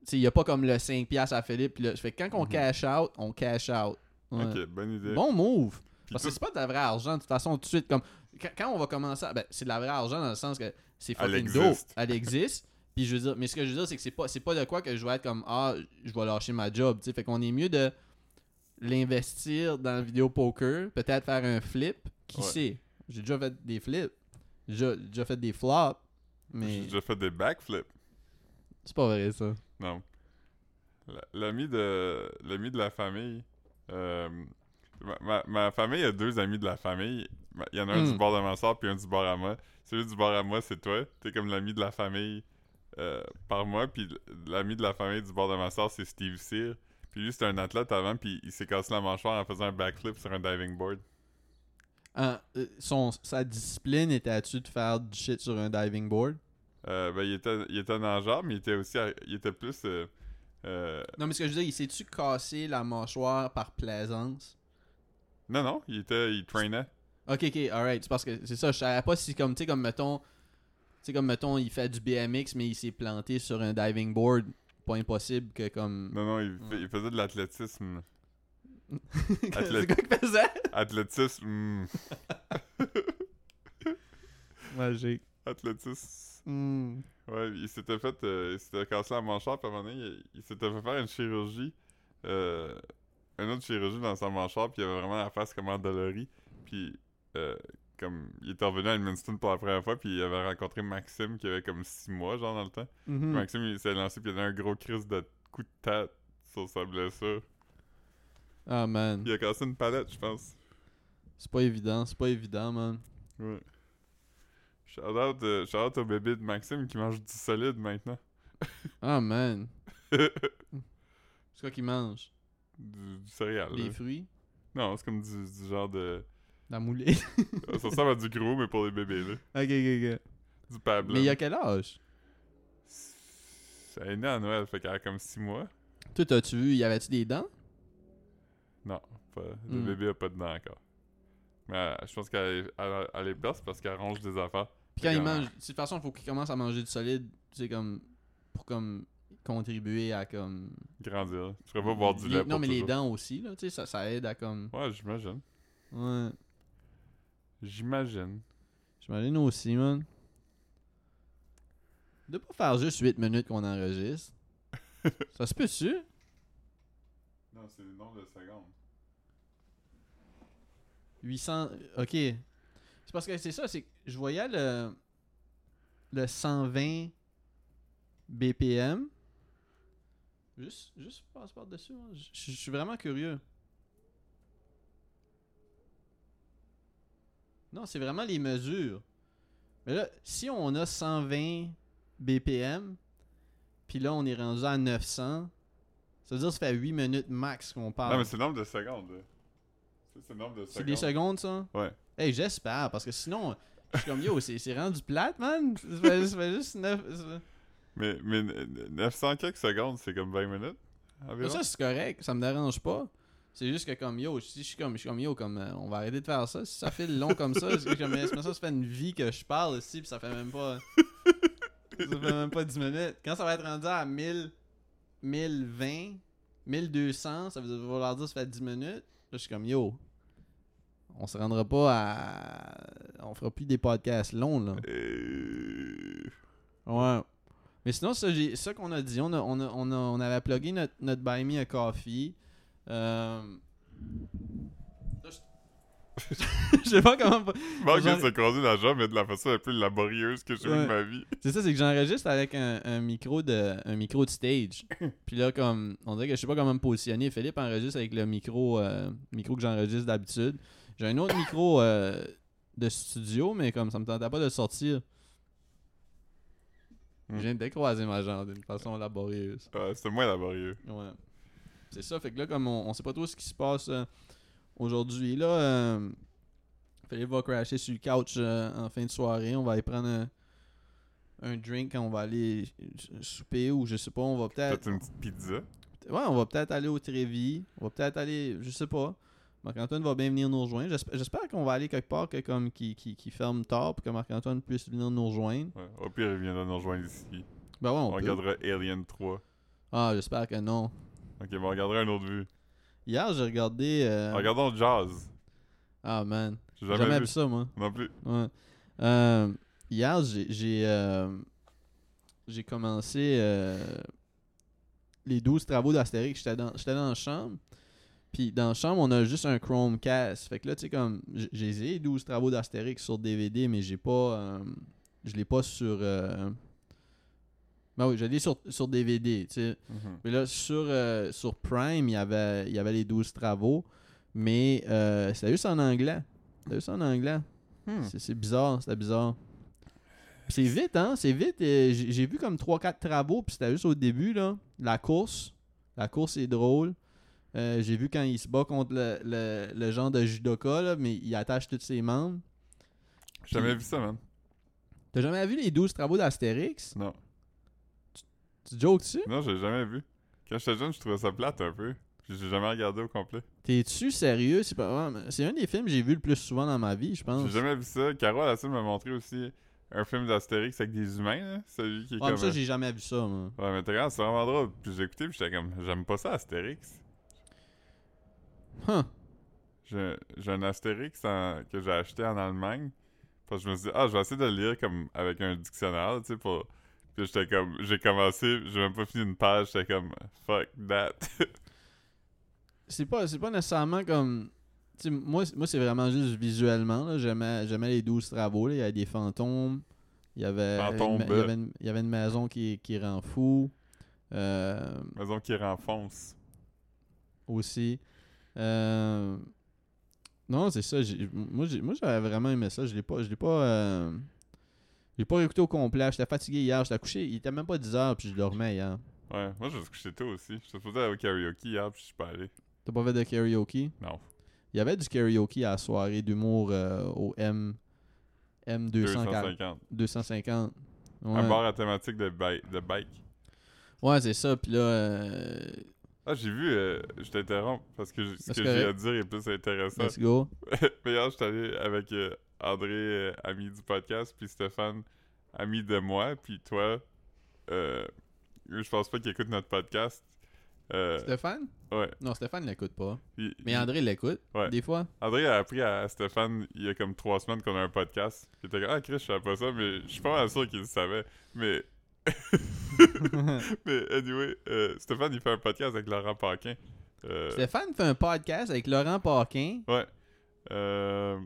Speaker 2: tu sais, y a pas comme le 5 pièces à Philippe, puis là, fait que quand on
Speaker 1: Mhm.
Speaker 2: cash out, on cash out. Ouais.
Speaker 1: Ok, bonne idée.
Speaker 2: Bon move!
Speaker 1: Puis
Speaker 2: Parce
Speaker 1: tout-
Speaker 2: que c'est pas de la vraie argent, de toute façon, tout de suite, comme, quand, quand on va commencer, à- ben, c'est de la vraie argent dans le sens que c'est
Speaker 1: Elle
Speaker 2: fucking
Speaker 1: existe.
Speaker 2: dope, elle existe, puis je veux dire, mais ce que je veux dire, c'est que c'est pas, c'est pas de quoi que je vais être comme, ah, je vais lâcher ma job, tu sais, fait qu'on est mieux de l'investir dans le vidéo poker, peut-être faire un flip, qui
Speaker 1: Ouais.
Speaker 2: sait, j'ai déjà fait des flips, j'ai déjà fait des flops,
Speaker 1: J'ai
Speaker 2: mais
Speaker 1: déjà fait des backflips.
Speaker 2: c'est pas vrai ça.
Speaker 1: Non. La- L'ami de l'ami de la famille. euh, ma, ma- ma famille a deux amis de la famille. Ma- Il y en a un
Speaker 2: Hmm.
Speaker 1: du bord de ma soeur puis un du bord à moi. Celui du bord à moi, c'est toi. T'es comme l'ami de la famille euh, par moi. Puis l- l'ami de la famille du bord de ma soeur, c'est Steve Sear. Puis lui, c'était un athlète avant, puis il s'est cassé la mâchoire en faisant un backflip sur un diving board.
Speaker 2: Hein, euh, son, sa discipline était-tu de faire du shit sur un diving board?
Speaker 1: Euh, ben, il était, il était nageur, mais il était aussi. à- il était plus. euh, euh,
Speaker 2: Non, mais ce que je veux dire, il s'est-tu cassé la mâchoire par plaisance?
Speaker 1: non, non, il était. Il traînait.
Speaker 2: Ok, ok, alright. C'est parce que c'est ça, je savais pas si, comme, tu sais, comme, mettons, tu sais, comme, mettons, il fait du BMX, mais il s'est planté sur un diving board. Pas impossible que, comme.
Speaker 1: Non, non, il, fa-
Speaker 2: Ouais.
Speaker 1: il faisait de l'athlétisme.
Speaker 2: c'est quoi
Speaker 1: athlète.
Speaker 2: qu'il faisait?
Speaker 1: Athlétisme. hmm.
Speaker 2: Magique.
Speaker 1: Athlétisme.
Speaker 2: Mm.
Speaker 1: Ouais, il s'était fait. euh, il s'était cassé la mâchoire, puis à un moment donné, il, il s'était fait faire une chirurgie. euh, une autre chirurgie dans sa mâchoire, puis il avait vraiment la face comme endolorie. Puis, euh, comme. Il était revenu à Edmundston pour la première fois, puis il avait rencontré Maxime, qui avait comme 6 mois, genre, dans le temps.
Speaker 2: Hmm. Mm-hmm.
Speaker 1: Puis Maxime, il s'est lancé, puis il a donné un gros crise de coup de tête sur sa blessure.
Speaker 2: Ah, man.
Speaker 1: Il a cassé une palette, je pense.
Speaker 2: C'est pas évident, c'est pas évident, man.
Speaker 1: Ouais. Shout out, euh, shout out au bébé de Maxime qui mange du solide maintenant.
Speaker 2: Ah, man. C'est quoi qu'il mange?
Speaker 1: du, du céréal.
Speaker 2: Des
Speaker 1: là.
Speaker 2: fruits?
Speaker 1: Non, c'est comme du, du genre de.
Speaker 2: La moulée?
Speaker 1: ça ressemble à du gros, mais pour les bébés, là.
Speaker 2: ok, ok, ok.
Speaker 1: Du pablo.
Speaker 2: Mais il y a quel âge?
Speaker 1: Ça est né à Noël, fait qu'elle a comme 6 mois.
Speaker 2: Toi, t'as-tu vu, y avait-tu des dents?
Speaker 1: Pas- Le
Speaker 2: Hmm.
Speaker 1: bébé a pas de dents encore. Mais elle- je pense qu'elle elle, elle les place parce qu'elle ronge des affaires.
Speaker 2: Puis quand
Speaker 1: Fait
Speaker 2: il
Speaker 1: que-
Speaker 2: mange, de toute façon, il faut qu'il commence à manger du solide, tu sais, comme, pour comme contribuer à comme.
Speaker 1: Grandir. Je pourrais pas boire du
Speaker 2: Les-
Speaker 1: lait
Speaker 2: Non,
Speaker 1: pour
Speaker 2: mais les
Speaker 1: toujours.
Speaker 2: dents aussi, là, tu sais, ça, ça aide à comme.
Speaker 1: Ouais, j'imagine.
Speaker 2: Ouais.
Speaker 1: J'imagine.
Speaker 2: J'imagine aussi, man. De pas faire juste 8 minutes qu'on enregistre. ça se peut-tu?
Speaker 1: Non, c'est le nombre de secondes.
Speaker 2: 800. Ok. C'est parce que c'est ça, c'est que je voyais le. Le 120 BPM. Juste, juste passe par-dessus. hein. Je- Je je suis vraiment curieux. Non, c'est vraiment les mesures. Mais là, si on a 120 BPM, puis là, on est rendu à 900, ça veut dire que ça fait 8 minutes max qu'on parle.
Speaker 1: Non, mais c'est le nombre de secondes. là. Ça, C'est le nombre de secondes.
Speaker 2: C'est Ah. des secondes, ça?
Speaker 1: Ouais.
Speaker 2: Hey, j'espère, parce que sinon, je suis comme yo, c'est c'est rendu plate, man. Ça fait, ça fait juste 9.
Speaker 1: Mais, mais 900 quelques secondes, c'est comme 20 minutes environ.
Speaker 2: Ça, c'est correct, ça me dérange pas. C'est juste que comme yo, si je suis comme, je suis comme yo, comme euh, on va arrêter de faire ça, si ça fait long comme ça, c'est comme mais c'est comme ça, ça fait une vie que je parle ici, puis ça fait même pas. ça fait même pas 10 minutes. Quand ça va être rendu à 1000, 1020, 1200, ça veut dire- vouloir dire ça fait 10 minutes. Là, je suis comme yo, on se rendra pas à. On fera plus des podcasts longs, là.
Speaker 1: Euh,
Speaker 2: Ouais. Mais sinon, ça, j'ai, ça qu'on a dit, on, a, on, a- on, a- on avait plugué notre, notre Buy Me a Coffee. Euh... Là, je- je sais pas comment.
Speaker 1: Marc vient
Speaker 2: Genre-
Speaker 1: de se croiser la jambe, mais de la façon la plus laborieuse que j'ai eue
Speaker 2: Ouais.
Speaker 1: de ma vie.
Speaker 2: C'est ça, c'est que j'enregistre avec un, un micro de, un micro de stage. Puis là, comme, on dirait que je sais pas comment me positionner. Philippe enregistre avec le micro, euh, micro que j'enregistre d'habitude. J'ai un autre micro euh, de studio, mais comme ça me tentait pas de le sortir.
Speaker 1: Mm.
Speaker 2: Je viens de décroiser ma jambe d'une façon laborieuse.
Speaker 1: Ouais, C'était moins laborieux.
Speaker 2: Ouais. C'est ça, fait que là, comme on, on sait pas trop ce qui se passe euh, aujourd'hui, là, euh, Philippe va crasher sur le couch euh, en fin de soirée. On va aller prendre un, un drink quand on va aller euh, souper ou je sais pas, on va peut-être.
Speaker 1: Peut-être une petite pizza.
Speaker 2: Ouais, on va peut-être aller au Trévis. On va peut-être aller, je sais pas. Marc-Antoine va bien venir nous rejoindre. J'espère- J'espère qu'on va aller quelque part que, comme, qui, qui, qui ferme tard pour que Marc-Antoine puisse venir nous rejoindre.
Speaker 1: Ouais. Au pire, il viendra nous rejoindre ici.
Speaker 2: Ben ouais,
Speaker 1: On,
Speaker 2: on, peut.
Speaker 1: regardera Alien 3. Ok,
Speaker 2: Ah, j'espère que non.
Speaker 1: mais on regardera une autre vue.
Speaker 2: Hier, j'ai regardé. euh,
Speaker 1: Regardons Jazz.
Speaker 2: Ah, man.
Speaker 1: J'ai
Speaker 2: J'ai
Speaker 1: jamais,
Speaker 2: jamais
Speaker 1: vu.
Speaker 2: vu ça, moi.
Speaker 1: Non plus.
Speaker 2: Ouais. Euh, hier, j'ai j'ai euh, j'ai commencé euh, les 12 travaux d'Astérix. J'étais dans, j'étais dans la chambre. Puis dans la chambre, on a juste un Chromecast. Fait que là, tu sais, comme, j- j'ai essayé les 12 travaux d'Astérix sur DVD, mais j'ai pas. euh, je l'ai pas sur. euh, ben oui, je l'ai sur, sur DVD, tu sais.
Speaker 1: Mhm.
Speaker 2: Mais là, sur, euh, sur Prime, il y avait, il y avait les 12 travaux, mais euh, c'était juste en anglais. C'était juste en anglais.
Speaker 1: Hmm.
Speaker 2: C'est- C'est bizarre, c'était bizarre. Puis c'est vite, hein? C'est vite. euh, J'ai j'ai vu comme 3-4 travaux, puis c'était juste au début, là. La course. La course est drôle. Euh, J'ai vu quand il se bat contre le, le, le genre de judoka, là, mais il attache tous ses membres.
Speaker 1: J'ai jamais vu ça, man.
Speaker 2: T'as jamais vu les 12 travaux d'Astérix?
Speaker 1: Non.
Speaker 2: Tu jokes dessus?
Speaker 1: Non, j'ai jamais vu. Quand j'étais jeune, je trouvais ça plate un peu. Puis j'ai jamais regardé au complet.
Speaker 2: T'es-tu sérieux? C'est pas- ouais, C'est un des films que j'ai vu le plus souvent dans ma vie, je pense. Ah,
Speaker 1: J'ai jamais vu ça. Caro, la seule m'a montré aussi un film d'Astérix avec des humains, là. Celui qui est
Speaker 2: Ouais, Ah, mais
Speaker 1: comme.
Speaker 2: ça,
Speaker 1: euh,
Speaker 2: j'ai jamais vu ça, moi.
Speaker 1: Ouais, mais t'es grand, c'est vraiment drôle. Puis j'ai écouté, puis j'étais comme, j'aime pas ça, Astérix.
Speaker 2: Huh.
Speaker 1: J'ai j'ai un Astérix en- que j'ai acheté en Allemagne. Parce que je me suis dit, ah, je vais essayer de le lire comme avec un dictionnaire, tu sais, pour. Puis j'étais comme, j'ai commencé, j'ai même pas fini une page, j'étais comme, fuck that.
Speaker 2: c'est pas c'est pas nécessairement comme tu sais, moi c'est- moi c'est vraiment juste visuellement là. j'aimais j'aimais les 12 travaux là. il y avait des fantômes il y avait il
Speaker 1: Fantômes,
Speaker 2: y avait une, il y avait une maison qui, qui rend fou euh,
Speaker 1: Maison qui renfonce.
Speaker 2: aussi Euh, non c'est ça j'ai- moi j'ai- moi, j'avais vraiment aimé ça je l'ai pas je l'ai pas euh, je l'ai pas écouté au complet j'étais fatigué hier j'étais couché il était même pas 10 heures puis je dormais hier
Speaker 1: Ouais, moi je me suis couché tôt aussi. J'étais supposé aller au karaoke hier, puis je suis pas allé.
Speaker 2: t'as pas fait de karaoke
Speaker 1: Non.
Speaker 2: Il y avait du karaoke à la soirée d'humour euh, au M M250.
Speaker 1: 250.
Speaker 2: 250.
Speaker 1: Un
Speaker 2: Ouais,
Speaker 1: bar à thématique de, bi- de bike.
Speaker 2: Ouais, c'est ça. Puis là, euh,
Speaker 1: Ah, j'ai vu, euh, je t'interromps parce que j- ce
Speaker 2: Parce
Speaker 1: que
Speaker 2: que-
Speaker 1: j'ai à dire est plus intéressant.
Speaker 2: let's go.
Speaker 1: Mais hier, j'étais allé avec euh, André, euh, ami du podcast, puis Stéphane, ami de moi, puis toi, euh, eux, je pense pas qu'ils écoutent notre podcast. Euh,
Speaker 2: Stéphane
Speaker 1: ouais.
Speaker 2: Non, Stéphane l'écoute pas.
Speaker 1: Il-
Speaker 2: Mais
Speaker 1: il-
Speaker 2: André l'écoute,
Speaker 1: Ouais.
Speaker 2: des fois.
Speaker 1: André a appris à Stéphane il y a comme trois semaines qu'on a un podcast. Il était comme Ah Chris, je savais pas ça, mais je suis pas mal sûr qu'il le savait. Mais Mais anyway, euh, Stéphane il fait un podcast avec Laurent Paquin. Euh,
Speaker 2: Stéphane fait un podcast avec Laurent Paquin.
Speaker 1: ouais. Euh,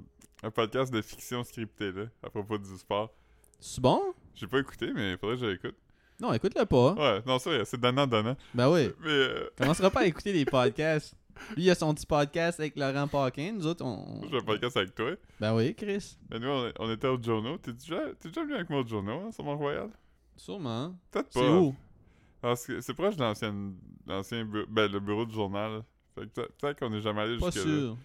Speaker 1: un podcast de fiction scriptée là, à propos du sport.
Speaker 2: C'est bon
Speaker 1: J'ai pas écouté, mais il faudrait que je l'écoute.
Speaker 2: Non, écoute-le pas.
Speaker 1: Ouais, non, ça, c'est donnant donnant.
Speaker 2: Ben oui.
Speaker 1: Mais euh,
Speaker 2: Commencera pas à écouter des podcasts. Lui, il a son petit podcast avec Laurent Paquin. Nous autres, on.
Speaker 1: j'ai un podcast avec toi.
Speaker 2: Ben oui, Chris.
Speaker 1: Anyway, on, on était au journaux. T'es déjà, t'es déjà venu avec moi au journaux, hein, sur Mont-Royal?
Speaker 2: Sûrement.
Speaker 1: Peut-être pas.
Speaker 2: C'est où
Speaker 1: Parce que c'est proche de l'ancienne- l'ancien bureau, ben, le bureau du journal. Fait que peut- peut-être qu'on n'est jamais allé
Speaker 2: Pas
Speaker 1: jusque là.
Speaker 2: sûr.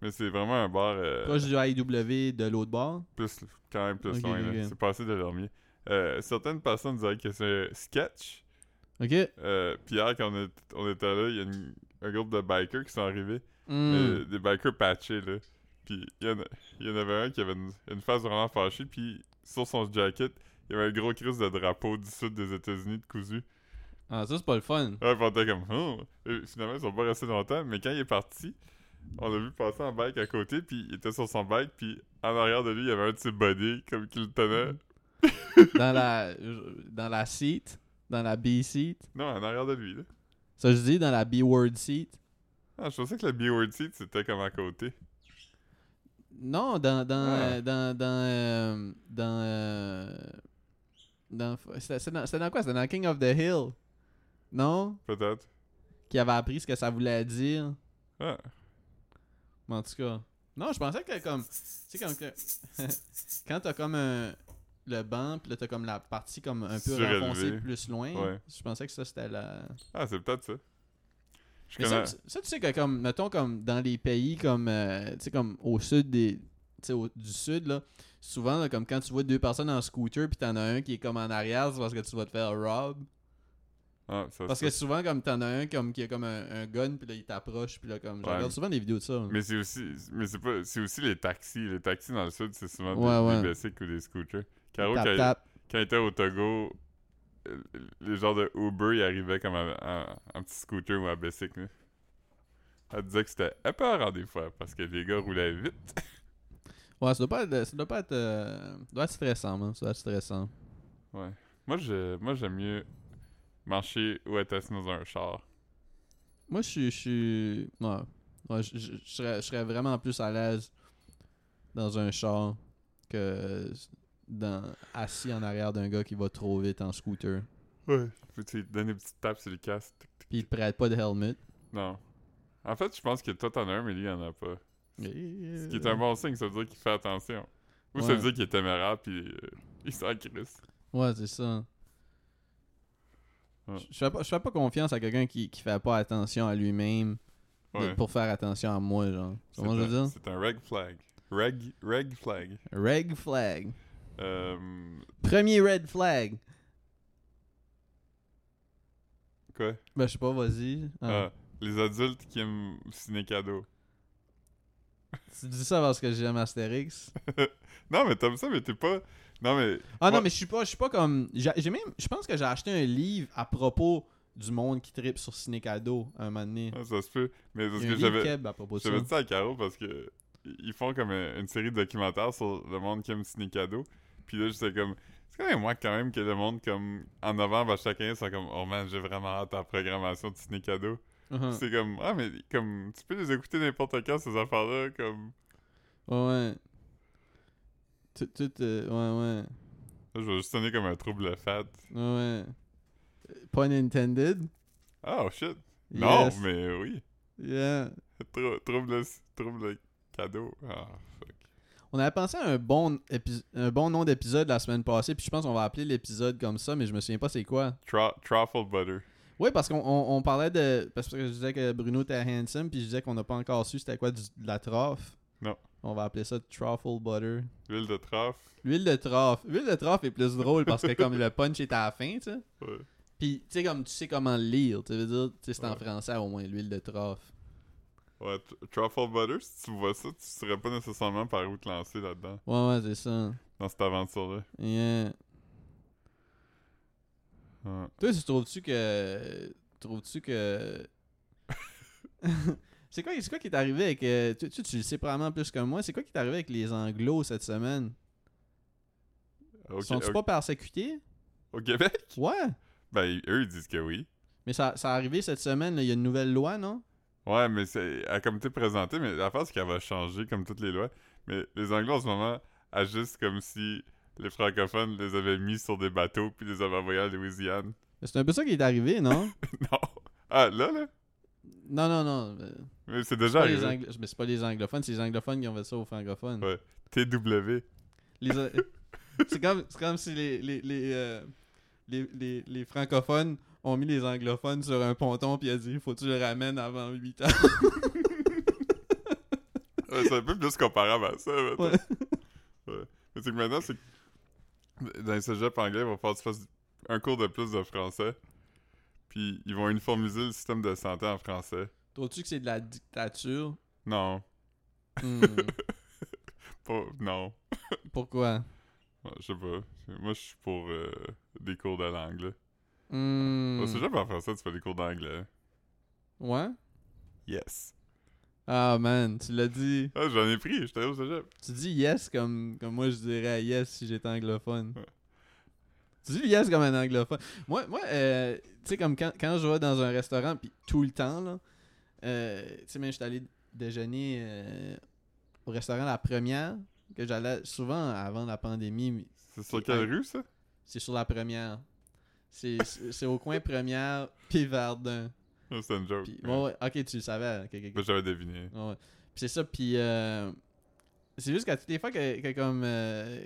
Speaker 1: Mais c'est vraiment un bar euh,
Speaker 2: Proche du AIW de l'autre bord.
Speaker 1: plus, quand même plus
Speaker 2: Ok,
Speaker 1: loin.
Speaker 2: ok,
Speaker 1: là.
Speaker 2: ok.
Speaker 1: C'est passé de l'ormier. Euh, certaines personnes disaient que c'est un sketch.
Speaker 2: OK?
Speaker 1: Euh, puis hier, quand on, est- on était là, il y a une- un groupe de bikers qui sont arrivés.
Speaker 2: Hmm.
Speaker 1: Mais Euh, des bikers patchés, là. Puis il y, en a- il y en avait un qui avait une, une face vraiment fâchée, puis sur son jacket, il y avait un gros crise de drapeau du sud des États-Unis de cousu.
Speaker 2: Ah, ça, c'est pas le fun.
Speaker 1: Ouais, puis on était comme, oh! Euh, Finalement, ils sont pas restés longtemps, mais quand il est parti, on l'a vu passer en bike à côté, puis il était sur son bike, puis en arrière de lui, il y avait un de ses buddies, comme qui le
Speaker 2: Mm.
Speaker 1: tenait.
Speaker 2: Dans la, dans la seat, dans la B-seat.
Speaker 1: Non, en arrière de lui, là.
Speaker 2: Ça, je dis dans la B-word seat.
Speaker 1: Ah, je pensais que le B-word seat, c'était comme à côté.
Speaker 2: Non, dans. Dans.
Speaker 1: Ah.
Speaker 2: euh, dans. Dans. euh, dans, euh, dans- c'était c'était dans, c'était dans quoi C'était dans King of the Hill. Non
Speaker 1: Peut-être.
Speaker 2: Qui avait appris ce que ça voulait dire.
Speaker 1: Ah.
Speaker 2: Mais en tout cas. Non, je pensais que comme. Tu sais, comme que. quand t'as comme un. Le banc, pis là t'as comme la partie comme un peu
Speaker 1: Surélevée.
Speaker 2: renfoncée plus loin.
Speaker 1: Ouais.
Speaker 2: Je pensais que ça c'était la.
Speaker 1: Ah, c'est peut-être ça. Je
Speaker 2: Mais ça, ça, tu sais que comme mettons comme dans les pays comme euh, tu sais comme au sud des tu sais, au- du sud là souvent là, comme quand tu vois deux personnes en scooter puis t'en as un qui est comme en arrière c'est parce que tu vas te faire rob
Speaker 1: Ah, ça,
Speaker 2: parce
Speaker 1: ça,
Speaker 2: que souvent comme t'en as un comme qui a comme un, un gun puis là il t'approche puis là comme je
Speaker 1: Ouais.
Speaker 2: regarde souvent des vidéos de ça là.
Speaker 1: Mais c'est aussi, mais c'est pas, c'est aussi les taxis. Les taxis dans le sud, c'est souvent des-
Speaker 2: Ouais,
Speaker 1: des,
Speaker 2: ouais.
Speaker 1: bicycles ou des scooters. Caro,
Speaker 2: tap
Speaker 1: quand,
Speaker 2: tap
Speaker 1: quand il était au Togo, euh, les genres de Uber, ils arrivaient comme en, en- en petit scooter ou en bicycle. là. Elle disait que c'était épeurant des fois parce que les gars roulaient vite.
Speaker 2: ouais ça doit pas être ça doit pas être euh, doit être stressant man. ça doit être stressant
Speaker 1: Ouais. Moi, je, moi, j'aime mieux marcher ou être assis dans un char.
Speaker 2: moi je suis je suis ouais, Ouais, je- je je serais je serais vraiment plus à l'aise dans un char que dans assis en arrière d'un gars qui va trop vite en scooter
Speaker 1: Ouais. Faut tu donner une petite tape sur le casque. tic, tic.
Speaker 2: puis il te prête pas de helmet
Speaker 1: Non. En fait, je pense que toi, t'en as un, mais lui, il en a pas. Ce
Speaker 2: ce
Speaker 1: qui est un bon signe, ça veut dire qu'il fait attention. Ou ça
Speaker 2: Ouais.
Speaker 1: veut dire qu'il est téméraire puis euh, il s'en crisse.
Speaker 2: ouais c'est ça
Speaker 1: Ouais.
Speaker 2: Je- je fais pas je fais pas confiance à quelqu'un qui qui fait pas attention à lui-même de-
Speaker 1: Ouais.
Speaker 2: pour faire attention à moi genre Tu
Speaker 1: C'est
Speaker 2: comprends ce que je veux
Speaker 1: un,
Speaker 2: dire
Speaker 1: c'est un reg flag. Reg, reg flag.
Speaker 2: red flag
Speaker 1: Euh,
Speaker 2: premier red flag
Speaker 1: quoi?
Speaker 2: ben je sais pas vas-y Ah.
Speaker 1: Ah, les adultes qui aiment ciné cadeau.
Speaker 2: tu dis ça parce que j'aime Astérix
Speaker 1: Non, mais t'aimes ça, mais t'es pas... Non, mais...
Speaker 2: Ah non,
Speaker 1: Ouais.
Speaker 2: mais je suis pas, je suis pas comme. j'a- J'ai même, je pense que j'ai acheté un livre à propos du monde qui tripe sur ciné cadeau un moment donné.
Speaker 1: ah, ça se peut. Mais parce
Speaker 2: Il y a
Speaker 1: que
Speaker 2: un livre
Speaker 1: j'avais...
Speaker 2: Keb à propos de ça.
Speaker 1: J'avais dit ça à Caro parce que... Ils font comme un- une série de documentaires sur le monde qui aime ciné cadeau. Puis là, j'étais comme... C'est quand même moi quand même que le monde, comme... En novembre, à chaque année, ils sont comme... Oh man, j'ai vraiment hâte à la programmation de ciné cadeau.
Speaker 2: Uh-huh.
Speaker 1: C'est comme, ah, mais comme, tu peux les écouter n'importe quand, ces affaires-là, comme.
Speaker 2: Ouais, ouais. Tout, tout, euh, ouais,
Speaker 1: Là, je vais juste sonner comme un trouble fat.
Speaker 2: ouais, ouais, ouais. Pas intended.
Speaker 1: Oh shit! Non,
Speaker 2: Yes.
Speaker 1: mais oui!
Speaker 2: Yeah.
Speaker 1: Trou- trouble, trouble cadeau. Ah, fuck.
Speaker 2: On avait pensé à un bon, épi- un bon nom d'épisode la semaine passée, puis je pense qu'on va appeler l'épisode comme ça, mais je me souviens pas c'est quoi.
Speaker 1: Tru- truffle butter.
Speaker 2: Oui, parce qu'on on, on parlait de. Parce que je disais que Bruno était handsome, puis je disais qu'on n'a pas encore su c'était quoi du- de la truffe.
Speaker 1: Non.
Speaker 2: On va appeler ça truffle butter.
Speaker 1: L'huile de truffe.
Speaker 2: L'huile de truffe. L'huile de truffe est plus drôle parce que comme le punch est à la fin, tu sais.
Speaker 1: Ouais.
Speaker 2: Puis tu sais comme tu sais comment le lire, tu veux dire, tu sais c'est en
Speaker 1: Ouais.
Speaker 2: français au moins l'huile de truffe.
Speaker 1: Ouais, tr- truffle butter, si tu vois ça, tu saurais pas nécessairement par où te lancer là-dedans,
Speaker 2: Ouais ouais, c'est ça.
Speaker 1: dans cette aventure-là.
Speaker 2: Yeah.
Speaker 1: Ouais.
Speaker 2: Toi, tu trouves-tu que trouves-tu que C'est quoi, c'est quoi qui est arrivé avec euh, tu, tu, tu le sais probablement plus que moi, c'est quoi qui est arrivé avec les anglos cette semaine
Speaker 1: Au,
Speaker 2: Sont-ils
Speaker 1: au-
Speaker 2: pas persécutés
Speaker 1: au Québec?
Speaker 2: Ouais.
Speaker 1: Ben, ils- eux, ils disent que oui.
Speaker 2: Mais ça, ça a arrivé cette semaine, là, il y a une nouvelle loi, non
Speaker 1: Ouais, mais c'est à comme t'es présenté, mais l'affaire c'est qu'elle va changer comme toutes les lois. Mais les Anglais en ce moment agissent comme si les francophones les avaient mis sur des bateaux puis les avaient envoyés en Louisiane.
Speaker 2: Mais C'est un peu ça qui est arrivé, non
Speaker 1: non. Ah là là?
Speaker 2: Non, non, non. euh,
Speaker 1: Mais c'est
Speaker 2: c'est
Speaker 1: déjà
Speaker 2: pas les
Speaker 1: arrivé.
Speaker 2: Anglo- Mais c'est pas les anglophones, c'est les anglophones qui ont fait ça aux francophones.
Speaker 1: Ouais. TW.
Speaker 2: Les a- c'est comme, c'est comme si les, les, les, euh, les, les- les francophones ont mis les anglophones sur un ponton puis a dit faut que tu le ramènes avant 8 ans.
Speaker 1: Ouais, c'est un peu plus comparable à ça. maintenant.
Speaker 2: Ouais.
Speaker 1: Ouais. Mais c'est que maintenant, c'est que dans les cégeps anglais, ils vont faire tu fasses un cours de plus de français. Puis ils vont uniformiser le système de santé en français.
Speaker 2: Trouves-tu que c'est de la dictature?
Speaker 1: Non.
Speaker 2: Hmm,
Speaker 1: Pas- non.
Speaker 2: Pourquoi?
Speaker 1: Ouais, Je sais pas. Moi, je suis pour euh, des cours de l'anglais.
Speaker 2: Hmm,
Speaker 1: Au cégep en français, tu fais des cours d'anglais.
Speaker 2: Ouais?
Speaker 1: Yes.
Speaker 2: Ah man, tu l'as dit.
Speaker 1: Ah, j'en ai pris, j'étais au cégep.
Speaker 2: Tu dis yes comme, comme moi je dirais yes si j'étais anglophone.
Speaker 1: Ouais.
Speaker 2: Tu dis yes comme un anglophone. Moi, moi euh, tu sais, comme quand, quand je vais dans un restaurant, puis tout le temps, là, euh, tu sais, même je suis allé déjeuner euh, au restaurant la première, que j'allais souvent avant la pandémie, mais
Speaker 1: C'est sur
Speaker 2: C'est
Speaker 1: quelle
Speaker 2: un-
Speaker 1: rue, ça?
Speaker 2: c'est sur la première. C'est c'est- c'est au coin première, puis Verdun.
Speaker 1: Ah, C'était une joke.
Speaker 2: Puis,
Speaker 1: Ouais.
Speaker 2: ouais, ouais, ok, tu le savais. ok, ok, ok.
Speaker 1: Moi, j'avais deviné.
Speaker 2: Ouais, ouais. Puis c'est ça, puis euh, c'est juste qu'à toutes les fois que, que comme. euh,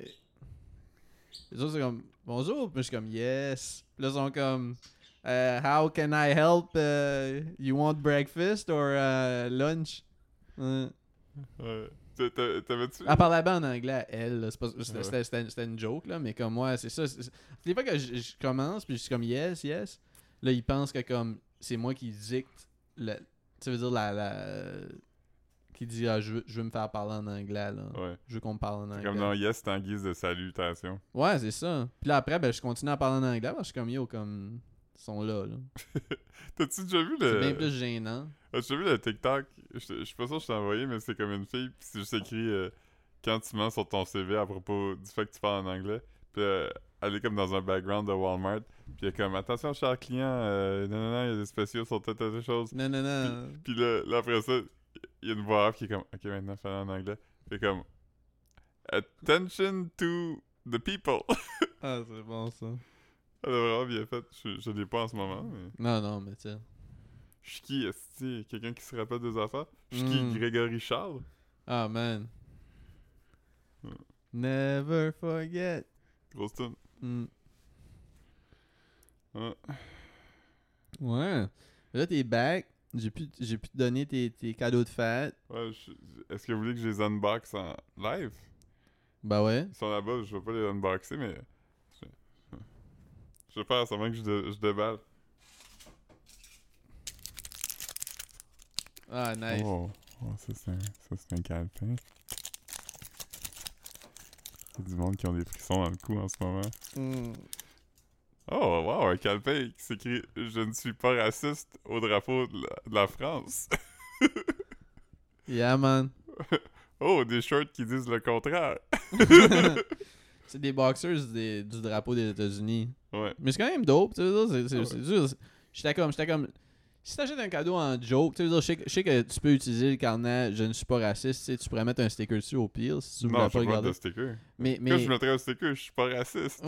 Speaker 2: les autres, c'est comme bonjour, puis je suis comme yes. Puis là, ils sont comme euh, how can I help? euh, you want breakfast or euh, lunch? Euh,
Speaker 1: Ouais. Ah. T'a- t'a- T'avais-tu...
Speaker 2: elle parlait bien en anglais à elle, là. C'est pas- c'était
Speaker 1: Ouais.
Speaker 2: c'était- c'était- c'était une joke, là, mais comme moi, c'est ça. c'est- c'est- Toutes les fois que je, je commence, puis je suis comme yes, yes, là, ils pensent que comme c'est moi qui dicte, le, tu veux dire, la. la- qui dit, ah, je veux, je veux me faire parler en anglais, là.
Speaker 1: Ouais.
Speaker 2: Je veux qu'on me parle en
Speaker 1: C'est
Speaker 2: anglais.
Speaker 1: comme dans Yes, c'est en guise de salutation.
Speaker 2: Ouais, c'est ça. Puis là, après, ben, je continue à parler en anglais, parce que je suis comme yo, comme. Ils sont là, là.
Speaker 1: T'as-tu déjà vu
Speaker 2: C'est
Speaker 1: le...
Speaker 2: bien plus gênant.
Speaker 1: As-tu déjà vu le TikTok? Je je suis pas sûr que je t'ai envoyé, mais c'est comme une fille, pis c'est juste écrit euh, quand tu mens sur ton CV à propos du fait que tu parles en anglais. Puis euh, elle est comme dans un background de Walmart, puis elle est comme « Attention, cher client, euh, non, non, non, il y a des spéciaux sur telle, telle, telle chose.
Speaker 2: Non, non, non. »
Speaker 1: Puis là, là, après ça, il y a une voix off qui est comme « Ok, maintenant, fais en anglais. » Fait comme « Attention to the people. »
Speaker 2: ah, c'est bon, ça.
Speaker 1: Elle a vraiment bien fait. Je, je l'ai pas en ce moment, mais...
Speaker 2: Non, non, mais tu sais.
Speaker 1: Je suis qui, est Quelqu'un qui se rappelle des affaires? Je suis qui,
Speaker 2: Mm.
Speaker 1: Grégory Charles?
Speaker 2: Ah, man.
Speaker 1: Hmm.
Speaker 2: Never forget.
Speaker 1: Grosse tune.
Speaker 2: Mm.
Speaker 1: Ouais.
Speaker 2: Ouais. Là, t'es back. J'ai pu, j'ai pu te donner tes, tes cadeaux de fête.
Speaker 1: Ouais, je- Est-ce que vous voulez que je les unbox en live?
Speaker 2: Bah ouais.
Speaker 1: Ils sont là-bas, je vais pas les unboxer, mais... Je, je vais faire seulement que je, dé- je déballe.
Speaker 2: Ah, nice.
Speaker 1: Oh. Oh, ça c'est un, ça, c'est un calepin. Il y a du monde qui ont des frissons dans le cou en ce moment.
Speaker 2: Mm.
Speaker 1: Oh, wow, un calepin qui s'écrit « Je ne suis pas raciste au drapeau de la- de la France ».
Speaker 2: Yeah, man.
Speaker 1: Oh, des shorts qui disent le contraire.
Speaker 2: c'est des boxers des- du drapeau des États-Unis.
Speaker 1: Ouais.
Speaker 2: Mais c'est quand même dope. Tu veux dire, c'est, c'est,
Speaker 1: Ah ouais.
Speaker 2: c'est dur. J'étais comme, j'étais comme. Si t'achètes un cadeau en joke, tu veux dire, je sais, que- je sais que tu peux utiliser le carnet Je ne suis pas raciste. Tu, sais, tu pourrais mettre un sticker dessus au pire si tu voulais
Speaker 1: non,
Speaker 2: pas
Speaker 1: je
Speaker 2: le
Speaker 1: pas
Speaker 2: garder.
Speaker 1: de sticker.
Speaker 2: Mais,
Speaker 1: Quand
Speaker 2: mais...
Speaker 1: je mettrais un sticker, je suis pas raciste.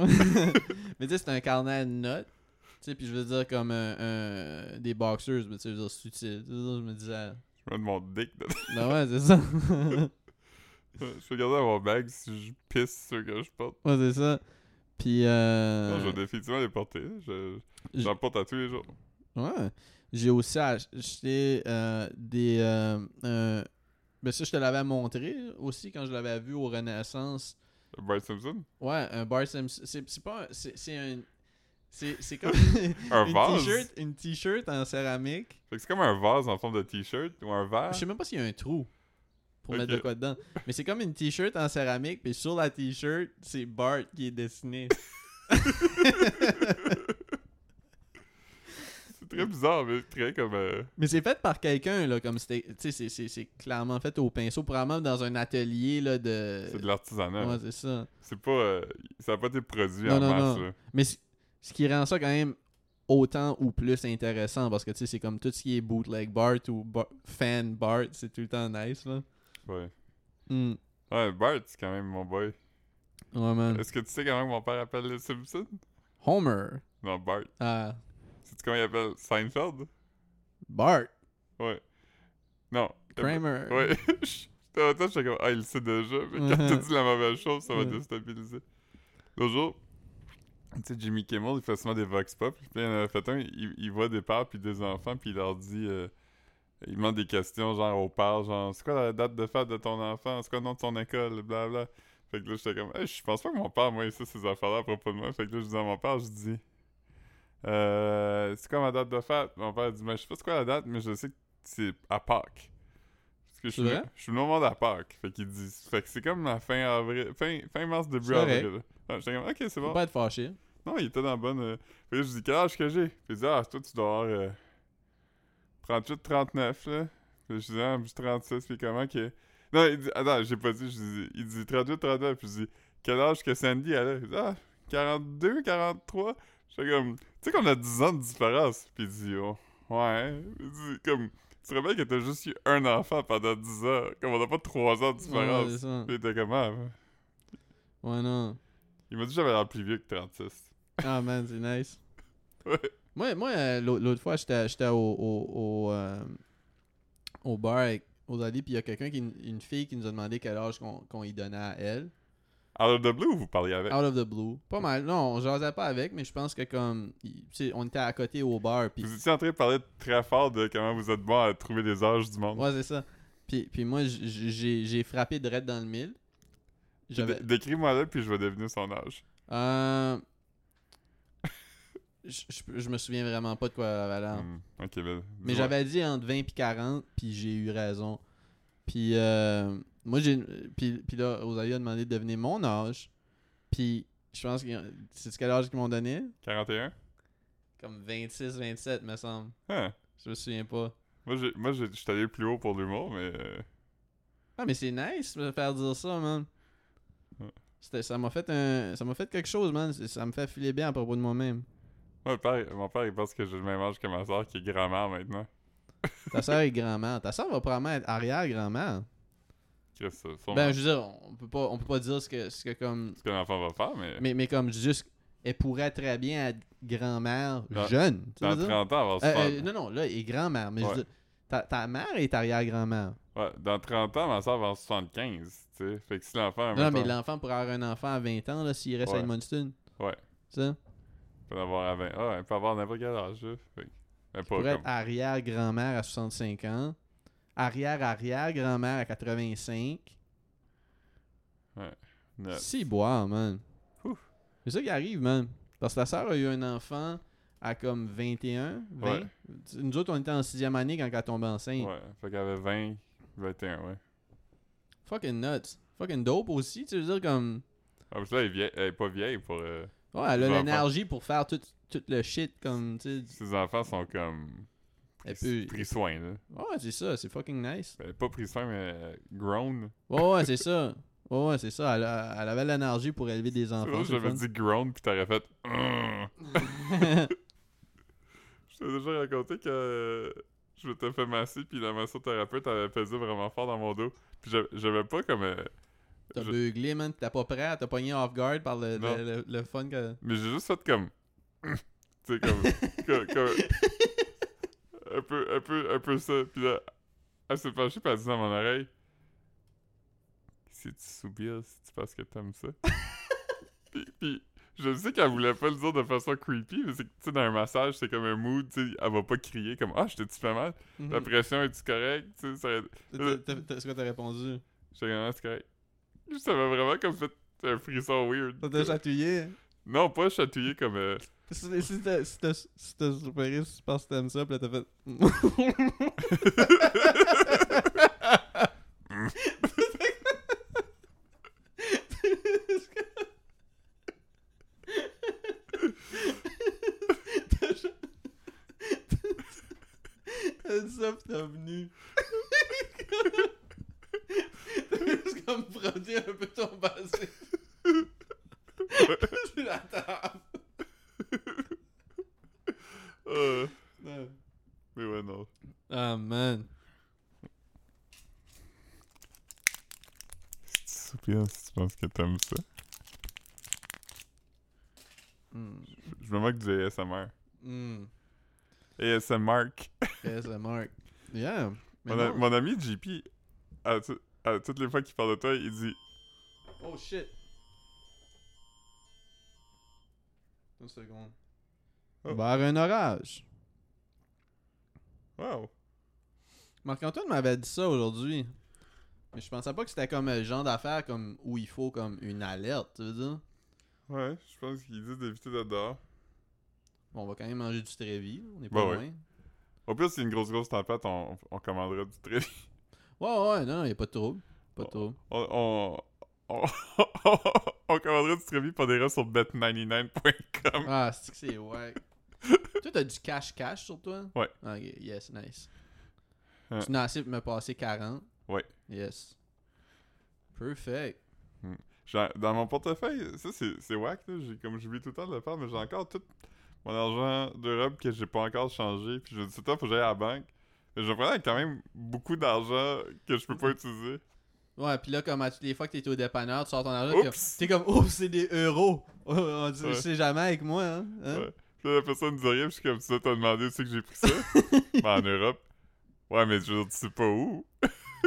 Speaker 2: mais tu sais, c'est un carnet de notes. Tu sais, puis je veux dire, comme un, un- des boxers, mais tu sais, je veux dire, subtil. Tu veux dire, Je me disais,
Speaker 1: Je mets de mon dick dedans.
Speaker 2: non, ouais, c'est ça.
Speaker 1: je vais garder dans mon bag si je pisse sur ce que je porte.
Speaker 2: ouais, c'est ça. Puis, euh,
Speaker 1: Non, je vais définitivement les porter. Je-
Speaker 2: Je-
Speaker 1: J'en porte à tous les jours.
Speaker 2: ouais. J'ai aussi ach- acheté euh, des. Euh, euh, ben, ça, je te l'avais montré aussi quand je l'avais vu au Renaissance.
Speaker 1: Le Bart Simpson?
Speaker 2: Ouais, un Bart Simpson. C'est c'est pas un. C'est c'est un. C'est c'est comme.
Speaker 1: Un
Speaker 2: une
Speaker 1: vase?
Speaker 2: t-shirt- Une t-shirt en céramique.
Speaker 1: Fait que c'est comme un vase en forme de t-shirt ou un verre.
Speaker 2: Je sais même pas s'il y a un trou pour mettre de
Speaker 1: Ok.
Speaker 2: quoi dedans. Mais c'est comme une t-shirt en céramique, puis sur la t-shirt, c'est Bart qui est dessiné.
Speaker 1: C'est très bizarre, mais très comme. euh,
Speaker 2: Mais c'est fait par quelqu'un, là, comme c'était. Tu sais, c'est- c'est- c'est clairement fait au pinceau, probablement dans un atelier, là, de.
Speaker 1: C'est de l'artisanat.
Speaker 2: Euh, Ouais, c'est ça.
Speaker 1: C'est pas. euh, Ça a pas été produit
Speaker 2: Non,
Speaker 1: en
Speaker 2: non,
Speaker 1: masse,
Speaker 2: non.
Speaker 1: là.
Speaker 2: Mais c- ce qui rend ça quand même autant ou plus intéressant, parce que, tu sais, c'est comme tout ce qui est bootleg Bart ou Bar- fan Bart, c'est tout le temps nice, là.
Speaker 1: Ouais.
Speaker 2: Hmm.
Speaker 1: Ouais, Bart, c'est quand même mon boy.
Speaker 2: Ouais, man.
Speaker 1: Est-ce que tu sais comment mon père appelle les Simpson?
Speaker 2: Homer.
Speaker 1: Non, Bart.
Speaker 2: Ah,
Speaker 1: Sais-tu comment il appelle Seinfeld?
Speaker 2: Bart.
Speaker 1: Ouais. Non.
Speaker 2: Kramer.
Speaker 1: Euh, Ouais. J'étais en tête, j'étais comme, ah, il le sait déjà. Mais quand tu dis la mauvaise chose, ça va
Speaker 2: Mhm.
Speaker 1: déstabiliser. L'autre jour, tu sais, Jimmy Kimmel, il fait souvent des vox pop. Puis il y en a fait un, il, il voit des pères puis des enfants, puis il leur dit, euh, il demande des questions, genre, au père, genre, c'est quoi la date de fête de ton enfant, c'est quoi le nom de ton école, blabla. Fait que là, j'étais comme, Hey, je pense pas que mon père, moi, il sait ces affaires-là à propos de moi. Fait que là, je dis à mon père, je dis, euh, c'est quoi ma date de fête? Mon père dit, mais je sais pas c'est quoi la date, mais je sais que c'est à Pâques. Parce
Speaker 2: C'est
Speaker 1: que je suis, venu-
Speaker 2: vrai?
Speaker 1: je suis venu au monde à Pâques. Fait qu'il dit, fait que c'est comme la fin avril, fin, fin mars, début
Speaker 2: C'est correct.
Speaker 1: avril. Ouais, j'étais comme, ok, c'est
Speaker 2: Faut
Speaker 1: bon.
Speaker 2: pas être fâché.
Speaker 1: Non, il était dans la bonne. euh, Fait que je dis, quel âge que j'ai? Puis il dit, ah, toi, tu dois avoir euh, 38, 39, là. Puis je dis, ah, j'ai 36, puis comment que. Non, il dit, attends, j'ai pas dit, je dis, il dit 38, 39, puis je dis, quel âge que Sandy elle a? Il dit, ah, 42, 43. J'étais comme, tu sais qu'on a 10 ans de différence. Puis il dit, oh, ouais. Il dit, comme, tu te rappelles que t'as juste eu un enfant pendant 10 ans, comme on n'a pas 3 ans de
Speaker 2: Ouais,
Speaker 1: différence.
Speaker 2: c'est ça.
Speaker 1: Puis il était comme, ah,
Speaker 2: Ouais, non.
Speaker 1: il m'a dit, que j'avais l'air plus vieux que 36.
Speaker 2: Ah, man, c'est nice.
Speaker 1: Ouais.
Speaker 2: Moi, moi euh, l'au- l'autre fois, j'étais j'étais au, au, au, euh, au bar avec, aux amis, puis il y a quelqu'un, qui une fille qui nous a demandé quel âge qu'on qu'on y donnait à elle.
Speaker 1: Out of the blue, vous parliez avec?
Speaker 2: Out of the blue. Pas mal. Non, on jasait pas avec, mais je pense que comme. il- tu sais, on était à côté au bar, puis.
Speaker 1: Vous étiez en train de parler très fort de comment vous êtes bon à trouver des âges du monde.
Speaker 2: Ouais, c'est ça. Puis, puis moi, j- j- j'ai j'ai frappé direct dans le mille.
Speaker 1: Dé-
Speaker 2: J'avais.
Speaker 1: Décris-moi là, puis je vais deviner son âge.
Speaker 2: Euh, Je je- je me souviens vraiment pas de quoi elle avait l'air.
Speaker 1: Hmm, ok,
Speaker 2: Ah.
Speaker 1: ben,
Speaker 2: Mais
Speaker 1: dis-moi.
Speaker 2: j'avais dit entre 20 et 40, puis j'ai eu raison. Puis euh, moi, j'ai. Puis, puis là, Rosalie a demandé de deviner mon âge. Puis je pense que. C'est quel âge qu'ils m'ont donné
Speaker 1: 41?
Speaker 2: Comme 26, 27, me semble.
Speaker 1: Hein.
Speaker 2: Je me souviens pas.
Speaker 1: Moi, j'ai- moi, j'ai- j'étais allé plus haut pour l'humour, mais... euh,
Speaker 2: Ah, mais c'est nice de me faire dire ça, man.
Speaker 1: Ouais.
Speaker 2: C'était- Ça m'a fait un. Ça m'a fait quelque chose, man. C'est- Ça me fait filer bien à propos de moi-même.
Speaker 1: Mon père, mon père, il pense que j'ai le même âge que ma soeur, qui est grand-mère maintenant.
Speaker 2: Ta soeur est grand-mère. Ta soeur va probablement être arrière-grand-mère.
Speaker 1: Chris, ça, sûrement.
Speaker 2: Ben, je veux dire, on peut pas, on peut pas dire ce que, ce que comme.
Speaker 1: C'est ce qu'un enfant va faire, mais...
Speaker 2: Mais, mais comme juste, elle pourrait très bien être grand-mère
Speaker 1: Dans-
Speaker 2: jeune. tu
Speaker 1: dans
Speaker 2: veux dire?
Speaker 1: 30 ans, elle va se
Speaker 2: Euh,
Speaker 1: faire...
Speaker 2: euh, non, non, là, elle est grand-mère. Mais je
Speaker 1: Ouais. Ah,
Speaker 2: veux dire, ta, ta mère est arrière-grand-mère.
Speaker 1: Ouais, dans 30 ans, ma soeur va avoir 75, tu sais. Fait que si l'enfant... a
Speaker 2: Non, non, mais
Speaker 1: mettons,
Speaker 2: l'enfant pourrait avoir un enfant à 20 ans là, s'il reste à
Speaker 1: Ouais.
Speaker 2: Edmundston.
Speaker 1: Ouais.
Speaker 2: Ça?
Speaker 1: peut l'avoir à 20... Ah, elle peut avoir n'importe quel âge, là. Fait que- Mais pas
Speaker 2: Pour
Speaker 1: comme...
Speaker 2: être arrière-grand-mère à 65 ans. Arrière-arrière-grand-mère à 85.
Speaker 1: Non.
Speaker 2: Si boire, man.
Speaker 1: Ouf.
Speaker 2: C'est ça qui arrive, man. Parce que ta soeur a eu un enfant à comme 21, 20.
Speaker 1: Ouais.
Speaker 2: Nous autres, on était en sixième année quand elle tombée enceinte.
Speaker 1: Ouais, fait qu'elle avait 20, 21, ouais.
Speaker 2: Fucking nuts. Fucking dope aussi, tu veux dire, comme...
Speaker 1: Ah, parce que là, elle est, vieille- elle est pas vieille pour. euh,
Speaker 2: Ouais, elle a
Speaker 1: Des enfants.
Speaker 2: l'énergie pour faire tout, tout le shit, comme, tu sais...
Speaker 1: Ses enfants sont comme.
Speaker 2: Elle
Speaker 1: pris-
Speaker 2: peut-
Speaker 1: Pris soin, là.
Speaker 2: Ouais, c'est ça, c'est fucking nice.
Speaker 1: Ben, pas pris soin, mais euh, grown.
Speaker 2: Ouais, ouais, c'est ça. Ouais, ouais, c'est ça. Elle, a- elle avait l'énergie pour élever des
Speaker 1: Tu vois,
Speaker 2: enfants. c'est le
Speaker 1: j'avais
Speaker 2: fun.
Speaker 1: dit grown, puis t'aurais fait. Hum. Je t'ai déjà raconté que euh, je m'étais fait masser, puis la massothérapeute avait pesé vraiment fort dans mon dos. Puis j'avais- j'avais pas comme. euh,
Speaker 2: T'as
Speaker 1: je-
Speaker 2: beuglé, man. T'as pas prêt. T'as pogné off guard par le,
Speaker 1: Non.
Speaker 2: le, le- le fun que...
Speaker 1: Mais j'ai juste fait comme. tu sais, comme. comme, comme- un, peu, un, peu, un peu ça. Puis là, elle s'est penchée puis elle a dit dans mon oreille Si tu soupires, si tu penses que t'aimes ça. puis, puis je sais qu'elle voulait pas le dire de façon creepy, mais c'est que, tu sais, dans un massage, c'est comme un mood, tu sais, elle va pas crier comme Ah, j'étais-tu fait mal
Speaker 2: Mhm.
Speaker 1: La pression, est tu correct Tu sais, ça-
Speaker 2: T'as- t'as- t'as- C'est quoi t'as répondu?
Speaker 1: J'étais comme Ah, c'est correct. Ça m'a vraiment comme fait un frisson weird.
Speaker 2: T'as chatouillé?
Speaker 1: Non, pas chatouillé comme. euh,
Speaker 2: Si si t'as si t'as- si t'as soupiré, si tu penses que t'aimes ça, pis là t'as fait. T'as genre- T'as dit ça pis t'as venu. T'as juste comme frotté un peu ton bassin. C'est la table.
Speaker 1: euh, Mais ouais, non.
Speaker 2: Ah man.
Speaker 1: Si tu soupires, si tu penses que t'aimes ça.
Speaker 2: Mm.
Speaker 1: Je- Je me moque du ASMR.
Speaker 2: Mm.
Speaker 1: ASMR.
Speaker 2: Yes, I mark. Yeah. Mais
Speaker 1: Mon, a-
Speaker 2: non.
Speaker 1: mon ami JP, à, tout- à toutes les fois qu'il parle de toi, il dit
Speaker 2: Oh shit. Une seconde.
Speaker 1: Oh.
Speaker 2: Vers un orage.
Speaker 1: Wow.
Speaker 2: Marc-Antoine m'avait dit ça aujourd'hui. Mais je pensais pas que c'était comme le genre d'affaire comme où il faut comme une alerte, tu veux dire?
Speaker 1: Ouais, je pense qu'ils disent d'éviter d'être dehors.
Speaker 2: Bon, on va quand même manger du trévis, on est pas
Speaker 1: Bah ouais.
Speaker 2: loin.
Speaker 1: Au plus, c'est une grosse, grosse tempête, on, on commandera du très
Speaker 2: Ouais, ouais, non, il a pas de trouble. Pas de trouble.
Speaker 1: On, on, on, on commandera du Trevi pour des restes sur bet99.com.
Speaker 2: Ah, c'est que c'est ouais. Toi, t'as du cash-cash sur toi?
Speaker 1: Ouais.
Speaker 2: Ok, yes, nice.
Speaker 1: Hein.
Speaker 2: Tu n'as assez pour me passer 40?
Speaker 1: Ouais.
Speaker 2: Yes. Perfect.
Speaker 1: J'ai- Dans mon portefeuille, ça c'est c'est whack, là. J'ai- comme j'oublie tout le temps de le faire, mais j'ai encore tout mon argent d'Europe que j'ai pas encore changé. Puis je dis tout le temps, faut que j'aille à la banque. Mais je prends quand même beaucoup d'argent que je peux pas utiliser.
Speaker 2: Ouais, puis là, comme à toutes les fois que t'es au dépanneur, tu sors ton argent, pis
Speaker 1: Oups!
Speaker 2: t'es comme, oups, c'est des euros. On dit,
Speaker 1: Ouais.
Speaker 2: Je sais jamais avec moi, hein. hein?
Speaker 1: Ouais. Puis là, la personne me dit rien, puis je suis comme ça, t'as demandé où c'est que j'ai pris ça? ben, en Europe. Ouais, mais je veux dire, tu sais pas où.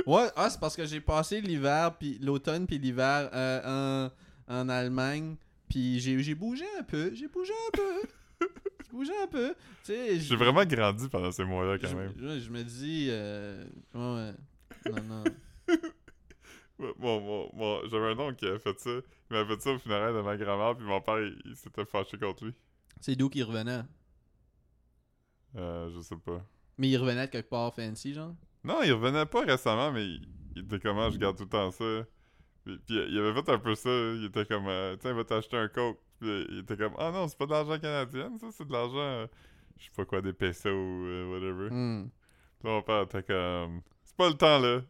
Speaker 2: Ouais, ah, c'est parce que j'ai passé l'hiver, puis l'automne, puis l'hiver euh, en, en Allemagne, puis j'ai j'ai bougé un peu, j'ai bougé un peu, j'ai bougé un peu. Tu sais,
Speaker 1: J'ai
Speaker 2: je-
Speaker 1: vraiment grandi pendant ces mois-là quand
Speaker 2: je-
Speaker 1: même.
Speaker 2: Je, je me dis, euh, ouais, ouais, non, non.
Speaker 1: Ouais, Mon, mon, mon- J'avais un oncle qui avait fait ça. Il m'avait fait ça au funérail de ma grand-mère, puis mon père, il, il s'était fâché contre lui.
Speaker 2: C'est d'où qu'il revenait?
Speaker 1: Euh, je sais pas.
Speaker 2: Mais il revenait de quelque part fancy, genre?
Speaker 1: Non, il revenait pas récemment, mais il, il était comment, je garde tout le temps ça. Puis, puis il avait fait un peu ça. Il était comme, euh, tiens, va t'acheter un coke. Puis il était comme, ah non, c'est pas de l'argent canadien, ça, c'est de l'argent, euh, je sais pas quoi, des pesos ou euh, whatever.
Speaker 2: Hmm.
Speaker 1: Là, mon père était comme, c'est pas le temps, là.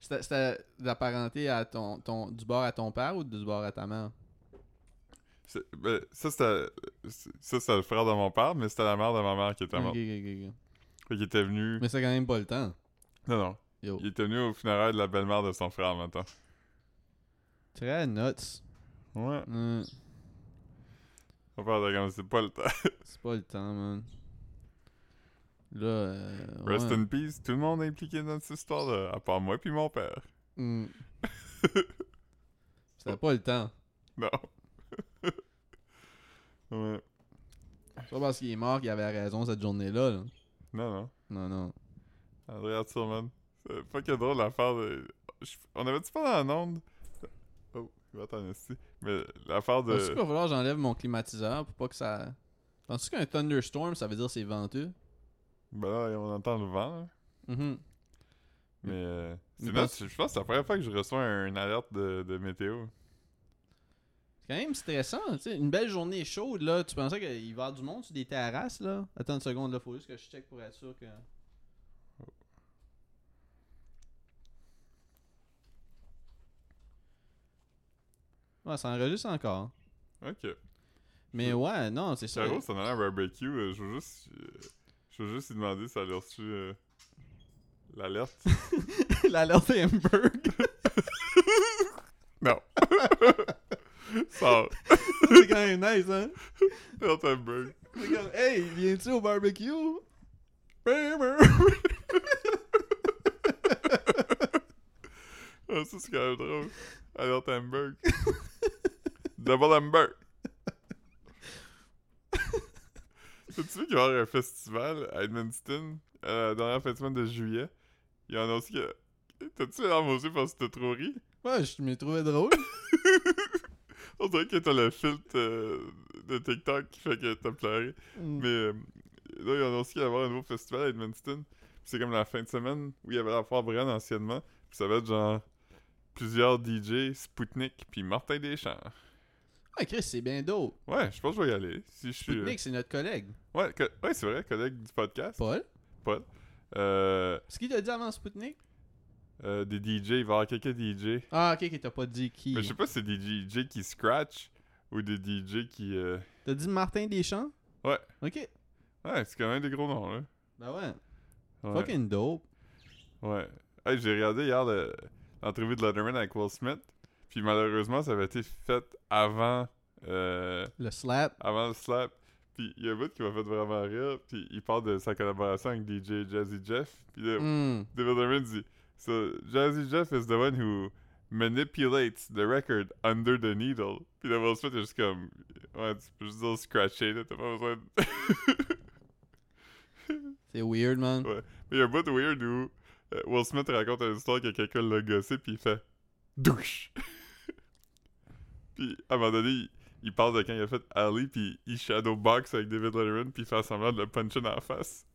Speaker 2: C'était- C'était de la parenté à ton, ton, du bord à ton père ou du bord à ta mère?
Speaker 1: C'est- ben, ça, c'était ça, c'était le frère de mon père, mais c'était la mère de ma mère qui était
Speaker 2: Ok,
Speaker 1: morte.
Speaker 2: ok, ok, ok.
Speaker 1: Fait qu'il était venu.
Speaker 2: Mais c'est quand même pas le temps.
Speaker 1: Non, non.
Speaker 2: Yo.
Speaker 1: Il était venu au funérail de la belle-mère de son frère maintenant.
Speaker 2: Très nuts.
Speaker 1: Ouais.
Speaker 2: Hmm.
Speaker 1: Mon père était comme, c'est pas le temps.
Speaker 2: C'est pas le temps, man. Là, euh,
Speaker 1: Rest
Speaker 2: ouais.
Speaker 1: in peace, tout le monde est impliqué dans cette histoire-là, à part moi puis mon père.
Speaker 2: Mm. C'était pas le temps.
Speaker 1: Non. ouais.
Speaker 2: C'est pas parce qu'il est mort qu'il avait raison cette journée-là. là.
Speaker 1: Non, non.
Speaker 2: Non, non.
Speaker 1: André Arthurman. C'est pas que drôle l'affaire de. je- On avait-tu pas dans la onde? Oh, il va t'en esti. Mais l'affaire de.
Speaker 2: Penses-tu qu'il va falloir que j'enlève mon climatiseur pour pas que ça. Penses-tu qu'un thunderstorm, ça veut dire c'est venteux?
Speaker 1: Ben là, on entend le vent, là.
Speaker 2: Mhm.
Speaker 1: Mais. euh, c'est
Speaker 2: Mais
Speaker 1: là,
Speaker 2: pense-
Speaker 1: je pense que c'est la première fois que je reçois un- une alerte de, de météo.
Speaker 2: C'est quand même stressant, tu sais. Une belle journée chaude, là. Tu pensais qu'il va y avoir du monde sur des terrasses, là? Attends une seconde, là. Faut juste que je check pour être sûr que. Ouais, ça enregistre encore.
Speaker 1: Ok.
Speaker 2: Mais ouais, non, c'est ça.
Speaker 1: Charo, ça en allait à un barbecue. euh, je veux juste. euh, Je veux juste lui demander si elle a reçu euh, l'alerte.
Speaker 2: L'alerte Hamburg.
Speaker 1: Non. ça,
Speaker 2: c'est quand même nice, hein?
Speaker 1: Rottenberg.
Speaker 2: C'est comme, hey, viens-tu au barbecue?
Speaker 1: Ah, ça, c'est quand même drôle. À Rottenberg. Double Hamburg. T'as-tu vu qu'il va y avoir un festival à Edmundston euh, la dernière fin de semaine de juillet? Il y en a aussi que. T'as-tu les larmes aux yeux parce que t'as trop ri?
Speaker 2: Ouais, je me trouvais drôle.
Speaker 1: On dirait que t'as le filtre euh, de TikTok qui fait que t'as pleuré. Mais euh, là, ils ont annoncé qu'il allait y avoir un nouveau festival à Edmundston. Puis c'est comme la fin de semaine où il y avait la foire Brian anciennement. Puis ça va être genre plusieurs DJ, Spoutnik, puis Martin Deschamps.
Speaker 2: Ouais, Chris, c'est bien dope.
Speaker 1: Ouais, je pense que je vais y aller. Si je suis. euh,
Speaker 2: Nick, c'est notre collègue.
Speaker 1: Ouais, co- ouais c'est vrai, collègue du podcast.
Speaker 2: Paul?
Speaker 1: Euh,
Speaker 2: Ce qu'il t'a dit avant Spoutnik?
Speaker 1: euh, des DJ, il va y avoir quelques DJ.
Speaker 2: Ah, ok, qu'il t'a pas dit qui.
Speaker 1: Mais je sais pas si c'est des DJ qui scratch ou des DJ qui. euh,
Speaker 2: T'as dit Martin Deschamps?
Speaker 1: Ouais.
Speaker 2: Ok.
Speaker 1: Ouais, c'est quand même des gros noms, là.
Speaker 2: Ben ouais.
Speaker 1: Ouais.
Speaker 2: Fucking dope.
Speaker 1: Ouais. Hey, j'ai regardé hier le- l'entrevue de Letterman avec Will Smith. Puis malheureusement, ça avait été fait avant, euh,
Speaker 2: Le slap.
Speaker 1: avant le slap. Puis il y a un bout qui m'a fait vraiment rire. Puis il parle de sa collaboration avec DJ Jazzy Jeff. Puis là,
Speaker 2: Mm.
Speaker 1: David Letterman dit so, Jazzy Jeff is the one who manipulates the record under the needle. Puis là, Will Smith est juste comme Ouais, tu peux juste dire scratcher, là, t'as pas besoin de.
Speaker 2: C'est weird, man.
Speaker 1: Ouais. Mais il y a un bout weird où euh, Will Smith raconte une histoire que quelqu'un l'a gossé, puis il fait douche. puis à un moment donné, il, il parle de quand il a fait Ali, puis il shadowbox avec David Letterman, puis il fait semblant de le puncher dans la face.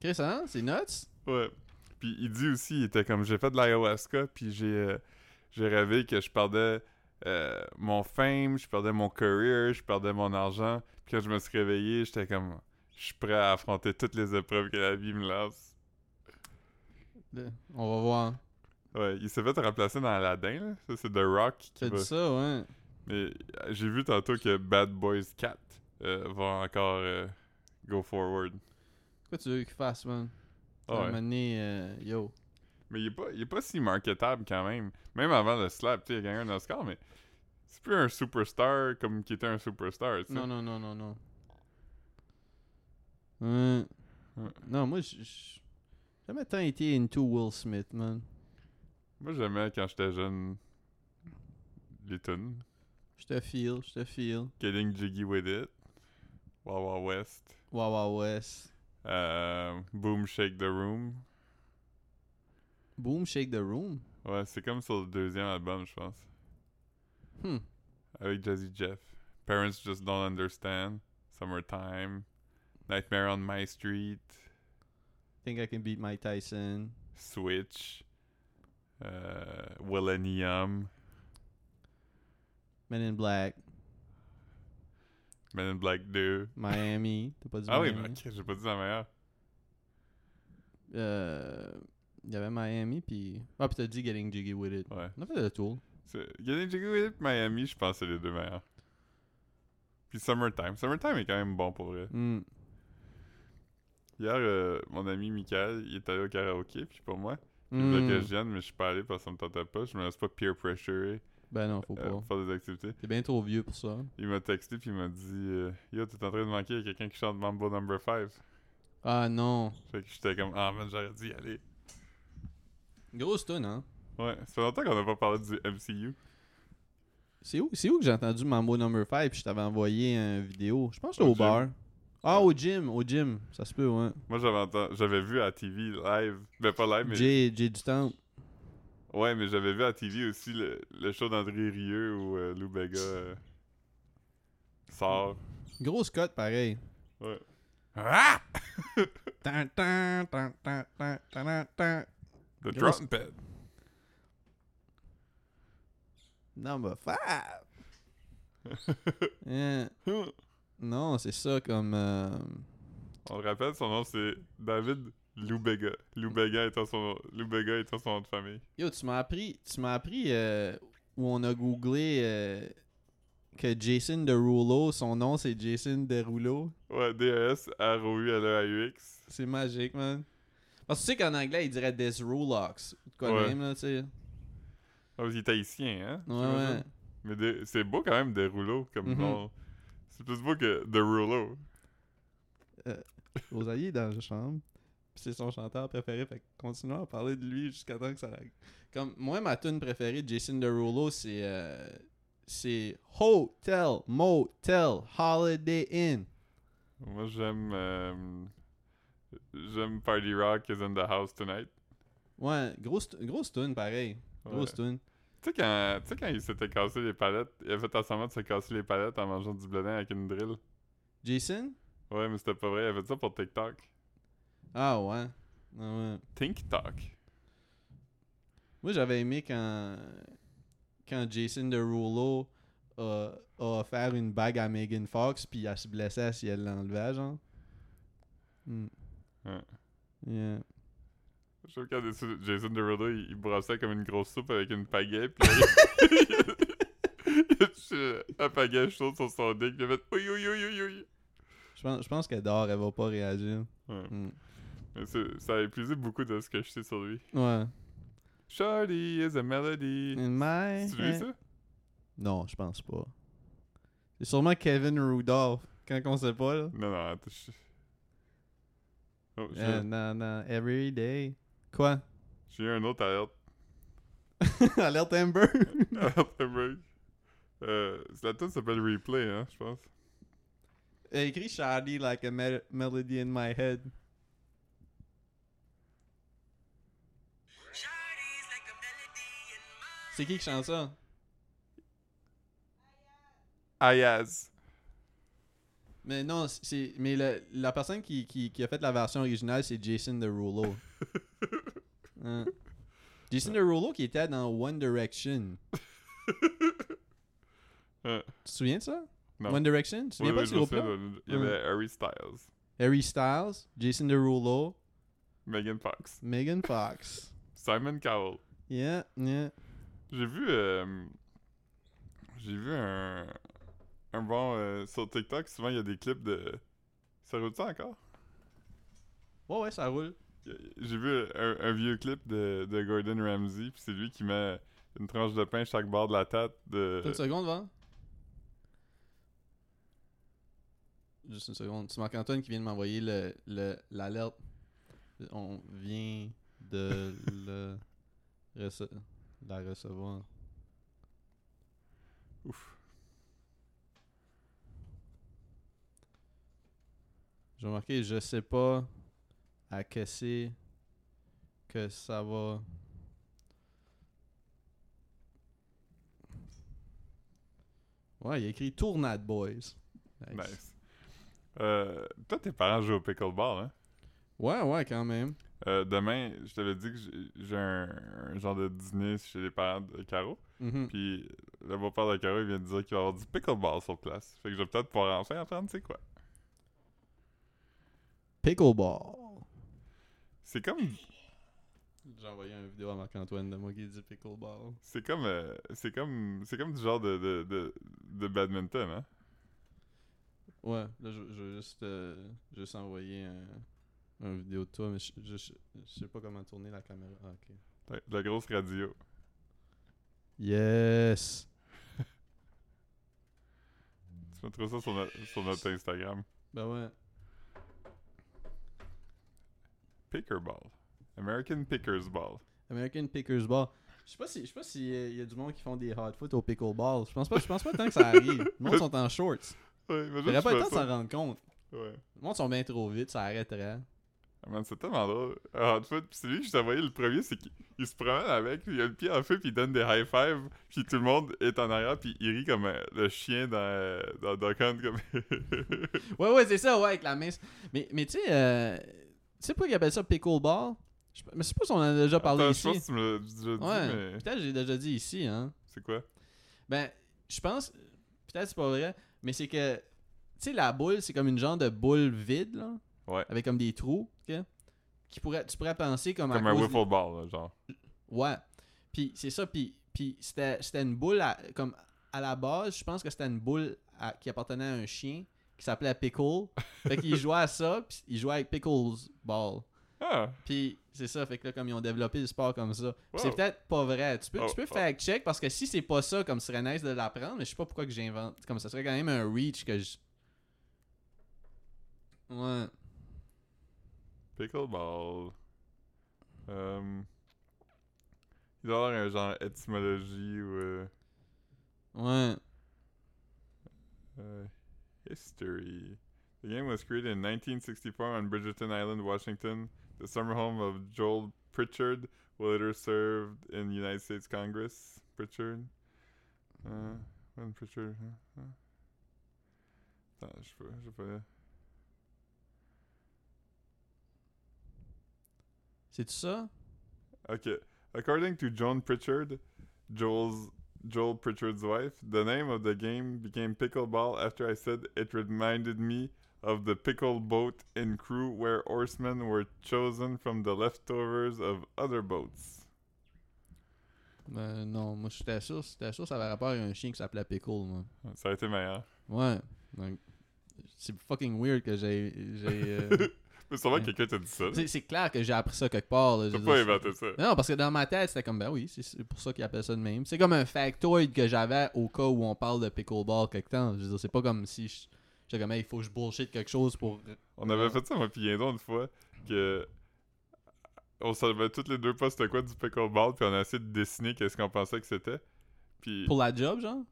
Speaker 2: Chris, hein? C'est nuts?
Speaker 1: Ouais. Puis il dit aussi, il était comme j'ai fait de l'ayahuasca, puis j'ai euh, j'ai rêvé que je perdais euh, mon fame, je perdais mon career, je perdais mon argent. Puis quand je me suis réveillé, j'étais comme je suis prêt à affronter toutes les épreuves que la vie me lance.
Speaker 2: Le- On va voir.
Speaker 1: Ouais, il s'est fait remplacer dans Aladdin, là. Ça, c'est The Rock qui
Speaker 2: Tu
Speaker 1: va-
Speaker 2: dit ça, ouais.
Speaker 1: Mais euh, j'ai vu tantôt que Bad Boys 4 euh, va encore euh, go forward.
Speaker 2: Quoi tu veux qu'il fasse, man?
Speaker 1: Ah
Speaker 2: À un
Speaker 1: ouais.
Speaker 2: moment donné, euh, yo.
Speaker 1: Mais il est, pas, il est pas si marketable quand même. Même avant le slap, tu sais, il a gagné un Oscar, mais c'est plus un superstar comme qui était un superstar, tu sais.
Speaker 2: Non, non, non, non, non. Ouais.
Speaker 1: Ouais.
Speaker 2: Non, moi, j- j- j'ai jamais tant été into Will Smith, man.
Speaker 1: Moi, j'aimais quand j'étais jeune les tunes.
Speaker 2: Je te feel, je te feel.
Speaker 1: Getting Jiggy With It, Wawa West,
Speaker 2: Wow, wow, West.
Speaker 1: euh, Boom Shake the Room.
Speaker 2: Boom, shake the room.
Speaker 1: Ouais, c'est comme sur le deuxième album, je pense.
Speaker 2: Hmm.
Speaker 1: avec Jazzy Jeff. Parents Just Don't Understand, Summertime, Nightmare on My Street,
Speaker 2: Think I can beat Mike Tyson.
Speaker 1: Switch, euh, Millennium,
Speaker 2: Men in Black.
Speaker 1: Men in Black 2.
Speaker 2: Miami. T'as pas dit
Speaker 1: Ah oui,
Speaker 2: Miami?
Speaker 1: mais ah, ok, j'ai pas dit la meilleure.
Speaker 2: Euh, il y avait Miami, puis... Ah, puis t'as dit Getting Jiggy With It.
Speaker 1: Ouais.
Speaker 2: On a fait le tour.
Speaker 1: C'est- Getting Jiggy with It, Miami, je pense que c'est les deux meilleurs. Puis Summertime. Summertime est quand même bon pour vrai.
Speaker 2: Hmm.
Speaker 1: Hier, euh, mon ami Michael, il est allé au karaoké, puis pour moi, il
Speaker 2: Hmm.
Speaker 1: voulait que je vienne, mais je suis pas allé parce que ça me tentait pas. Je me laisse pas peer pressurer
Speaker 2: Ben non, faut
Speaker 1: euh,
Speaker 2: pas.
Speaker 1: pour faire des activités.
Speaker 2: T'es bien trop vieux pour ça.
Speaker 1: Il m'a texté puis il m'a dit euh, Yo, t'es en train de manquer à quelqu'un qui chante Mambo Number 5.
Speaker 2: Ah non.
Speaker 1: Fait que j'étais comme Ah, man, j'aurais dû y aller.
Speaker 2: Grosse tune, hein?
Speaker 1: Ouais, ça fait longtemps qu'on n'a pas parlé du MCU.
Speaker 2: C'est où, c'est où que j'ai entendu Mambo Number 5 puis je t'avais envoyé une vidéo? Je pense que c'était
Speaker 1: Au
Speaker 2: au
Speaker 1: gym.
Speaker 2: bar. Ah, au gym, au gym. Ça se peut, ouais.
Speaker 1: Moi, j'avais entendu, j'avais vu à TV live. Ben, pas live, mais.
Speaker 2: J'ai j'ai du temps.
Speaker 1: Ouais, mais j'avais vu à TV aussi le, le show d'André Rieu où euh, Lou Bega euh, sort.
Speaker 2: Grosse cote, pareil.
Speaker 1: Ouais. Ah!
Speaker 2: Tan, tan, tan, tan, tan, tan, tan, tan.
Speaker 1: The
Speaker 2: Grosse-
Speaker 1: trumpet.
Speaker 2: Number 5. Hein. Non, c'est ça comme... euh,
Speaker 1: On le rappelle, son nom c'est David Lou Bega. Lou Bega étant son, Lou Bega étant son nom de famille.
Speaker 2: Yo, tu m'as appris, tu m'as appris euh, où on a googlé euh, que Jason Derulo, son nom c'est Jason Derulo.
Speaker 1: Ouais, E D-E-S-R-O-U-L-E-A-U-X.
Speaker 2: C'est magique, man. Parce que tu sais qu'en anglais, il dirait des Rulocks. Quoi de
Speaker 1: Ouais.
Speaker 2: même, là, tu sais.
Speaker 1: Ah, parce qu'il est haïtien, hein?
Speaker 2: Ouais,
Speaker 1: j'imagine?
Speaker 2: ouais.
Speaker 1: Mais des- c'est beau quand même, des rouleaux, comme
Speaker 2: Mhm.
Speaker 1: nom. C'est plus beau que The Rouleau.
Speaker 2: Rosalie est dans la chambre. Puis c'est son chanteur préféré. Fait que continuons à parler de lui jusqu'à temps que ça. Comme moi, ma tune préférée de Jason Derulo, c'est. euh, c'est Hotel, Motel, Holiday Inn.
Speaker 1: Moi, j'aime... euh, j'aime Party Rock is in the house tonight.
Speaker 2: Ouais, grosse, grosse tune, pareil.
Speaker 1: Ouais.
Speaker 2: Grosse tune.
Speaker 1: Tu sais quand, tu sais quand il s'était cassé les palettes, il a fait semblant de se casser les palettes en mangeant du blé avec une drill.
Speaker 2: Jason?
Speaker 1: Ouais, mais c'était pas vrai, il a fait ça pour TikTok.
Speaker 2: Ah ouais. Ah ouais.
Speaker 1: TikTok?
Speaker 2: Moi, j'avais aimé quand, quand Jason Derulo a, a offert une bague à Megan Fox, puis elle se blessait si elle l'enlevait, genre. Hmm.
Speaker 1: Ouais.
Speaker 2: Yeah.
Speaker 1: Je sais quand Jason Derulo, il, il brossait comme une grosse soupe avec une pagaie, puis là, il, il a touché la pagaie chaude sur son dick, puis il a fait « oui, oui, oui, oui, oui.
Speaker 2: Je pense, je pense qu'elle dort, elle va pas réagir.
Speaker 1: Ouais.
Speaker 2: Hmm.
Speaker 1: Mais c'est- ça a épuisé beaucoup de ce que je sais sur lui.
Speaker 2: Ouais.
Speaker 1: Shorty is a melody.
Speaker 2: In my
Speaker 1: C'est lui
Speaker 2: head-
Speaker 1: ça?
Speaker 2: Non, je pense pas. C'est sûrement Kevin Rudolph, quand on sait pas, là.
Speaker 1: Non, non, attends. je- Oh, j'ai
Speaker 2: Euh, non, non, every day. Quoi?
Speaker 1: j'ai eu un autre alerte.
Speaker 2: Alerte Amber!
Speaker 1: Alerte de break. Euh, la tune s'appelle Replay, hein, je pense.
Speaker 2: Euh, Elle écrit Shawty like a mel- melody in my head. C'est qui qui chante ça?
Speaker 1: Ah, Ayaz.
Speaker 2: Mais non, c'est. Mais le- la personne qui, qui, qui a fait la version originale, c'est Jason Derulo. Hein. Jason Derulo qui était dans One Direction.
Speaker 1: Hein.
Speaker 2: Tu te souviens de ça?
Speaker 1: Non.
Speaker 2: One Direction? Tu te
Speaker 1: Oui,
Speaker 2: souviens pas
Speaker 1: oui,
Speaker 2: de ce
Speaker 1: je sais,
Speaker 2: groupe-là?
Speaker 1: là, Il y
Speaker 2: Ouais.
Speaker 1: avait Harry Styles,
Speaker 2: Harry Styles, Jason Derulo,
Speaker 1: Megan Fox,
Speaker 2: Megan Fox.
Speaker 1: Simon Cowell.
Speaker 2: Yeah, yeah.
Speaker 1: J'ai vu. euh, J'ai vu un. Un bon. euh, sur TikTok, souvent il y a des clips de. Ça roule ça encore?
Speaker 2: Ouais, ouais, ça roule.
Speaker 1: J'ai vu un, un vieux clip de, de Gordon Ramsay, puis c'est lui qui met une tranche de pain à chaque bord de la tête de.
Speaker 2: T'as une seconde, va? Juste une seconde. C'est Marc-Antoine qui vient de m'envoyer le, le, l'alerte. On vient de le rece- la recevoir.
Speaker 1: Ouf.
Speaker 2: J'ai remarqué, je sais pas à que c'est que ça va. Ouais, il a écrit Tournade Boys. Nice.
Speaker 1: Nice. Euh, toi, tes parents jouent au pickleball, hein?
Speaker 2: Ouais, ouais, quand même.
Speaker 1: Euh, demain, je t'avais dit que j'ai- j'ai un, un genre de dîner chez les parents de Caro.
Speaker 2: Mhm.
Speaker 1: Puis le beau-père de Caro, il vient de dire qu'il va y avoir du pickleball sur place. Fait que je vais peut-être pouvoir enfin apprendre c'est quoi.
Speaker 2: Pickleball.
Speaker 1: C'est comme
Speaker 2: J'ai envoyé une vidéo à Marc-Antoine de moi qui dit pickleball.
Speaker 1: c'est comme euh, c'est comme c'est comme du genre de de, de, de badminton, hein?
Speaker 2: Ouais, là, je, je vais juste, euh, juste envoyer un, un vidéo de toi, mais je, je, je- je sais pas comment tourner la caméra. Ah, ok.
Speaker 1: La, la grosse radio.
Speaker 2: Yes!
Speaker 1: Tu vas trouver ça sur, notre- sur notre Instagram.
Speaker 2: Ben ouais.
Speaker 1: Pickerball. American Pickers Ball.
Speaker 2: American Pickers Ball. Je sais pas si, je sais pas si euh, y a du monde qui font des hot foot au pickleball. Je pense pas, je pense pas tant que ça arrive. Le monde sont en shorts.
Speaker 1: Ouais, imagine
Speaker 2: J'aurais
Speaker 1: tu
Speaker 2: pas le
Speaker 1: fais
Speaker 2: temps de s'en rendre compte.
Speaker 1: Ouais.
Speaker 2: Le monde sont bien trop vite, ça arrêterait. Ah
Speaker 1: Ah, man, c'est tellement drôle. Ah, en fait, pis c'est lui que je t'avais envoyé le premier, c'est qu'il il se promène avec, puis il a le pied en feu, puis il donne des high five, puis tout le monde est en arrière, puis il rit comme euh, le chien dans, euh, dans Duck Hunt, comme.
Speaker 2: Ouais, ouais, c'est ça, ouais, avec la main. Mais, mais tu sais, euh, tu sais pas qu'ils appellent ça pickleball? Je, mais je sais pas si on en a déjà parlé
Speaker 1: Attends,
Speaker 2: ici.
Speaker 1: Je pense que tu me l'as déjà dit,
Speaker 2: Ouais,
Speaker 1: mais
Speaker 2: peut-être j'ai déjà dit ici, hein.
Speaker 1: c'est quoi
Speaker 2: Ben, je pense, peut-être c'est pas vrai, mais c'est que, tu sais, la boule, c'est comme une genre de boule vide, là.
Speaker 1: Ouais.
Speaker 2: Avec comme des trous, ok? Qui pourrait, tu pourrais penser comme,
Speaker 1: Comme
Speaker 2: à
Speaker 1: un
Speaker 2: cause-
Speaker 1: wiffle ball, là, genre.
Speaker 2: Ouais. Puis c'est ça, puis, puis c'était, c'était une boule, à- comme à la base, je pense que c'était une boule à- qui appartenait à un chien qui s'appelait Pickle. Fait qu'il jouait à ça, puis il jouait avec Pickle's Ball.
Speaker 1: Ah
Speaker 2: Puis c'est ça, fait que là, comme ils ont développé le sport comme ça. Puis C'est
Speaker 1: Wow.
Speaker 2: peut-être pas vrai. Tu peux,
Speaker 1: Oh,
Speaker 2: tu peux
Speaker 1: oh.
Speaker 2: fact-check parce que si c'est pas ça, comme ce serait nice de l'apprendre, mais je sais pas pourquoi que j'invente. Comme ça serait quand même un reach que je. Ouais.
Speaker 1: Pickleball. Um, il doit y avoir un genre étymologie ou. euh,
Speaker 2: Ouais.
Speaker 1: Uh, history. The game was created in 1964 on Bridgeton Island, Washington, the summer home of Joel Pritchard, who later served in the United States Congress. Pritchard. Uh, when Pritchard. Huh? Huh? Attends, je peux, je peux.
Speaker 2: C'est tout ça?
Speaker 1: Okay. According to Joan Pritchard, Joel's Joel Pritchard's wife, the name of the game became pickleball after I said it reminded me of the pickle boat and crew where oarsmen were chosen from the leftovers of other boats.
Speaker 2: Ben non, moi j'étais sûr, j'étais sûr que ça avait rapport à un chien qui s'appelait Pickle, moi.
Speaker 1: Ça a été meilleur.
Speaker 2: Ouais. Donc, c'est fucking weird que j'ai. j'ai, euh,
Speaker 1: Mais sûrement
Speaker 2: Ouais.
Speaker 1: quelqu'un t'a dit ça.
Speaker 2: c'est- c'est clair que j'ai appris ça quelque part. là. Je
Speaker 1: T'as
Speaker 2: veux
Speaker 1: pas
Speaker 2: dire,
Speaker 1: inventé ça.
Speaker 2: Non, parce que dans ma tête, c'était comme, ben oui, c'est- c'est pour ça qu'ils appellent ça de même. C'est comme un factoid que j'avais au cas où on parle de pickleball quelque temps. Je veux dire, c'est pas comme si je- j'étais comme, hey, il faut que je bullshit quelque chose pour.
Speaker 1: On avait
Speaker 2: Ouais.
Speaker 1: fait ça, moi pis Guindon, une fois, que... On savait toutes les deux pas c'était quoi du pickleball, puis on a essayé de dessiner qu'est-ce qu'on pensait que c'était. Puis...
Speaker 2: Pour la job, genre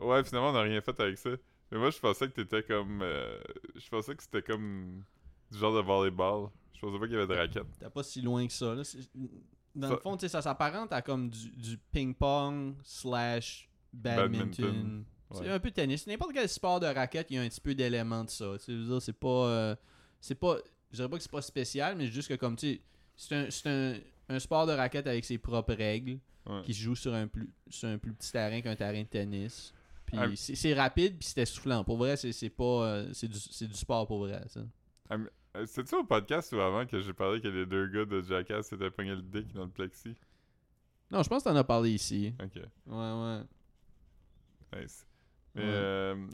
Speaker 1: Ouais, finalement, on n'a rien fait avec ça. Mais moi, je pensais que t'étais comme. euh, je pensais que c'était comme. Du genre de volleyball. Je pensais pas qu'il y avait de raquettes.
Speaker 2: T'es pas si loin que ça, là. C'est- dans
Speaker 1: Ça-
Speaker 2: le fond, tu sais, ça s'apparente à comme du, du ping-pong slash badminton.
Speaker 1: Badminton,
Speaker 2: C'est
Speaker 1: ouais.
Speaker 2: un peu de tennis. N'importe quel sport de raquette, il y a un petit peu d'éléments de ça. Tu sais, je veux dire, c'est pas. euh, c'est pas. Je dirais pas que c'est pas spécial, mais juste que comme tu sais, c'est un, c'est un, un sport de raquette avec ses propres règles
Speaker 1: Ouais.
Speaker 2: qui se joue sur un plus sur un plus petit terrain qu'un terrain de tennis. Puis
Speaker 1: Ah.
Speaker 2: c'est c'est rapide puis c'est essoufflant. Pour vrai, c'est c'est pas. euh, c'est du, c'est du sport pour vrai, ça.
Speaker 1: Euh, C'est-tu au podcast ou avant que j'ai parlé que les deux gars de Jackass s'étaient pogné le dick dans le plexi?
Speaker 2: Non, je pense que t'en as parlé ici.
Speaker 1: Ok,
Speaker 2: Ouais, ouais.
Speaker 1: nice. Mais
Speaker 2: Ouais.
Speaker 1: euh,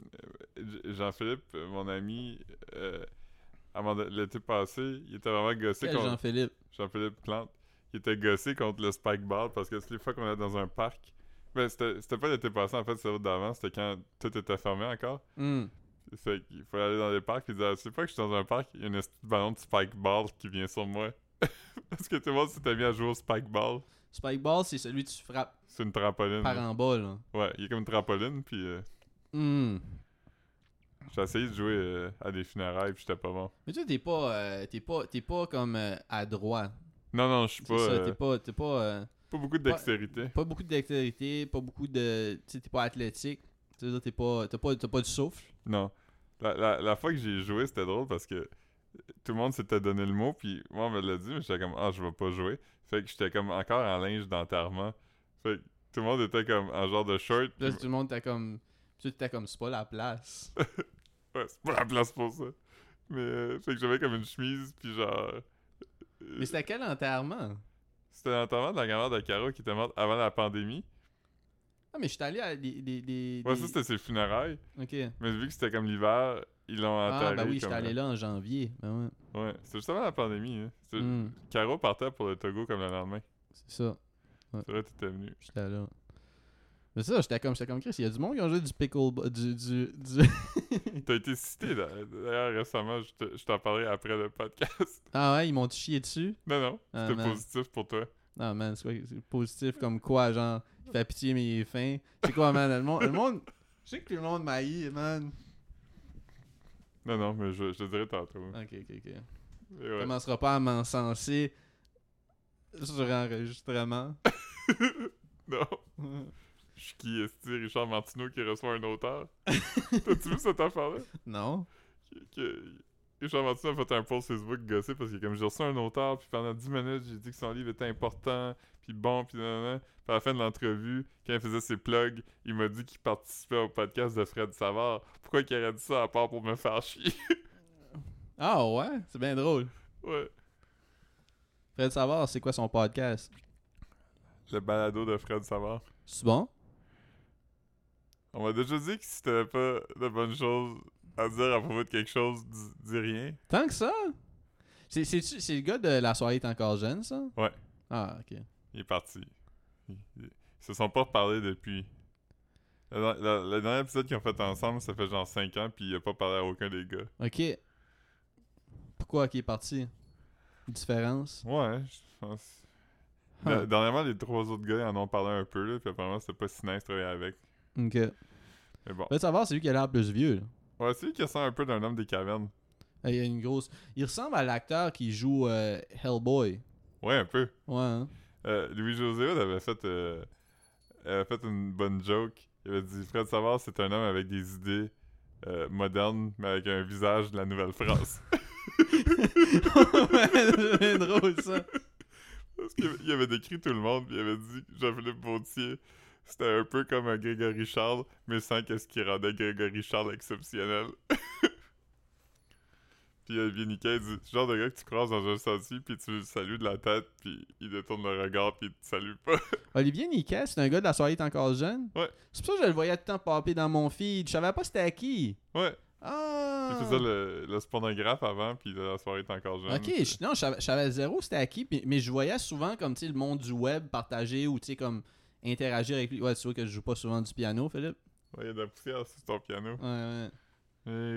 Speaker 1: J- Jean-Philippe, mon ami, euh, à un moment don- l'été passé, il était vraiment gossé
Speaker 2: Quel
Speaker 1: contre...
Speaker 2: Jean-Philippe.
Speaker 1: Jean-Philippe Plante, qui était gossé contre le spike-ball parce que toutes les fois qu'on est dans un parc, ben c'était c'était pas l'été passé en fait, c'est l'autre d'avant, c'était quand tout était fermé encore.
Speaker 2: Hmm.
Speaker 1: Fait qu'il fallait aller dans les parcs, puis il disait, Ah, c'est pas que je suis dans un parc, il y a une petite ballon de spike-ball qui vient sur moi. parce que tout le monde s'était mis à jouer au spike-ball.
Speaker 2: Spikeball, c'est celui que tu frappes
Speaker 1: C'est une trampoline.
Speaker 2: par
Speaker 1: là.
Speaker 2: en bas, là.
Speaker 1: Ouais, il y a comme une trampoline, puis euh,
Speaker 2: Hmm.
Speaker 1: j'ai essayé de jouer euh, à des funérailles, puis j'étais pas bon.
Speaker 2: Mais toi, t'es pas, euh, t'es pas, t'es pas comme euh, adroit.
Speaker 1: Non, non, je suis
Speaker 2: C'est
Speaker 1: pas,
Speaker 2: ça,
Speaker 1: euh,
Speaker 2: t'es
Speaker 1: pas...
Speaker 2: pas, t'es pas, euh,
Speaker 1: beaucoup de dextérité.
Speaker 2: pas beaucoup de dextérité, pas beaucoup de, tu sais, t'es pas athlétique. Tu sais, t'es pas, t'as pas, t'as pas du souffle.
Speaker 1: Non. La, la, la fois que j'ai joué, c'était drôle parce que euh, tout le monde s'était donné le mot, puis moi, on me l'a dit, mais j'étais comme, ah, je vais pas jouer. Fait que j'étais comme encore en linge d'enterrement. Fait que tout le monde était comme en genre de shirt.
Speaker 2: Puis Là,
Speaker 1: puis-
Speaker 2: tout le monde t'a comme, tu t'es comme, c'est pas la place.
Speaker 1: Ouais, c'est pas la place pour ça. Mais euh, fait que j'avais comme une chemise, puis genre. euh,
Speaker 2: Mais c'était quel enterrement?
Speaker 1: C'était l'enterrement de la grand-mère de Caro qui était morte avant la pandémie.
Speaker 2: Ah, mais je suis allé à des, des, des-
Speaker 1: Ouais,
Speaker 2: des-
Speaker 1: ça, c'était ses funérailles.
Speaker 2: Ok.
Speaker 1: Mais vu que c'était comme l'hiver, ils l'ont
Speaker 2: Ah,
Speaker 1: enterré.
Speaker 2: ben oui, j'étais
Speaker 1: comme- euh,
Speaker 2: allé là en janvier. Ben ouais.
Speaker 1: Ouais, c'est juste avant la pandémie. Hein. C'est-
Speaker 2: Hmm.
Speaker 1: Caro partait pour le Togo comme le lendemain.
Speaker 2: C'est ça.
Speaker 1: C'est là que t'étais venu.
Speaker 2: J'étais là. Mais ça, j'étais comme, j'étais comme Chris, il y a du monde qui a joué du pickle... euh, Du, du, du...
Speaker 1: T'as été cité d'a- d'ailleurs récemment, je te- je t'en parlais après le podcast.
Speaker 2: Ah ouais, ils m'ont chié dessus.
Speaker 1: Non, non,
Speaker 2: Ah,
Speaker 1: c'était
Speaker 2: man.
Speaker 1: positif pour toi.
Speaker 2: Non, man, c'est quoi- c'est positif comme quoi, genre, il fait pitié mais il est fin. C'est quoi, man, le monde... Le monde... Je sais que le monde m'haït, man.
Speaker 1: Non, non, mais je, je te dirai tantôt.
Speaker 2: Ok, ok, ok.
Speaker 1: Et ouais.
Speaker 2: Commencera pas à m'encenser sur enregistrement.
Speaker 1: Non, je suis qui est Richard Martineau qui reçoit un auteur? T'as-tu vu cette affaire-là?
Speaker 2: non?
Speaker 1: Que- que- Richard Martineau a fait un post Facebook gossé parce que comme j'ai reçu un auteur, puis pendant 10 minutes, j'ai dit que son livre était important, puis bon, puis nanana. Puis à la fin de l'entrevue, quand il faisait ses plugs, il m'a dit qu'il participait au podcast de Fred Savard. Pourquoi qu'il aurait dit ça à part pour me faire chier?
Speaker 2: Ah ouais? C'est bien drôle.
Speaker 1: ouais.
Speaker 2: Fred Savard, c'est quoi son podcast?
Speaker 1: Le balado de Fred Savard.
Speaker 2: C'est bon?
Speaker 1: On m'a déjà dit que si t'avais pas de bonnes choses à dire à propos de quelque chose, dis, dis rien.
Speaker 2: Tant que ça? C'est c'est-tu- c'est le gars de La soirée est encore jeune, ça?
Speaker 1: Ouais.
Speaker 2: Ah, ok.
Speaker 1: Il est parti. Ils, ils se sont pas reparlé depuis. Le, le- le dernier épisode qu'ils ont fait ensemble, ça fait genre 5 ans, puis il a pas parlé à aucun des gars.
Speaker 2: Ok. Pourquoi qui est parti Différence.
Speaker 1: Ouais, je pense.
Speaker 2: Huh.
Speaker 1: Le- Dernièrement, les trois autres gars ils en ont parlé un peu, là, puis apparemment, c'était pas si nice de travailler avec.
Speaker 2: Ah, Ok.
Speaker 1: Mais bon.
Speaker 2: Fred Savard, c'est lui qui a l'air plus vieux. là.
Speaker 1: Ouais, c'est lui qui ressemble un peu d'un homme des cavernes.
Speaker 2: Euh, Il a une grosse. Il ressemble à l'acteur qui joue euh, Hellboy.
Speaker 1: Ouais, un peu.
Speaker 2: Ouais. hein?
Speaker 1: Euh, Louis José Hood avait fait, euh, avait fait une bonne joke. Il avait dit Fred Savard, c'est un homme avec des idées euh, modernes, mais avec un visage de la Nouvelle-France.
Speaker 2: c'est bien drôle ça.
Speaker 1: Parce qu'il avait- il avait décrit tout le monde, puis il avait dit que Jean-Philippe Vautier, c'était un peu comme un Grégory Charles, mais sans qu'est-ce qui rendait Grégory Charles exceptionnel. puis euh, bien nickel, il dit ce genre de gars que tu croises dans un sentier, puis tu le salues de la tête, puis il détourne le regard, puis il te salue pas.
Speaker 2: Olivier Niquet, c'est un gars de la soirée est encore jeune.
Speaker 1: Ouais.
Speaker 2: C'est pour ça que je le voyais tout le temps popper dans mon feed. Je savais pas c'était à qui.
Speaker 1: ouais.
Speaker 2: Ah.
Speaker 1: Il faisait le, le spondographe avant, puis la soirée était encore jeune.
Speaker 2: Ok, je- non, je savais- je savais zéro c'était à qui, puis- mais je voyais souvent comme tu sais, le monde du web partager ou tu sais, comme interagir avec lui. Ouais, tu vois que je joue pas souvent du piano, Philippe.
Speaker 1: Ouais, il y a de la poussière sur ton piano.
Speaker 2: Ouais, ouais.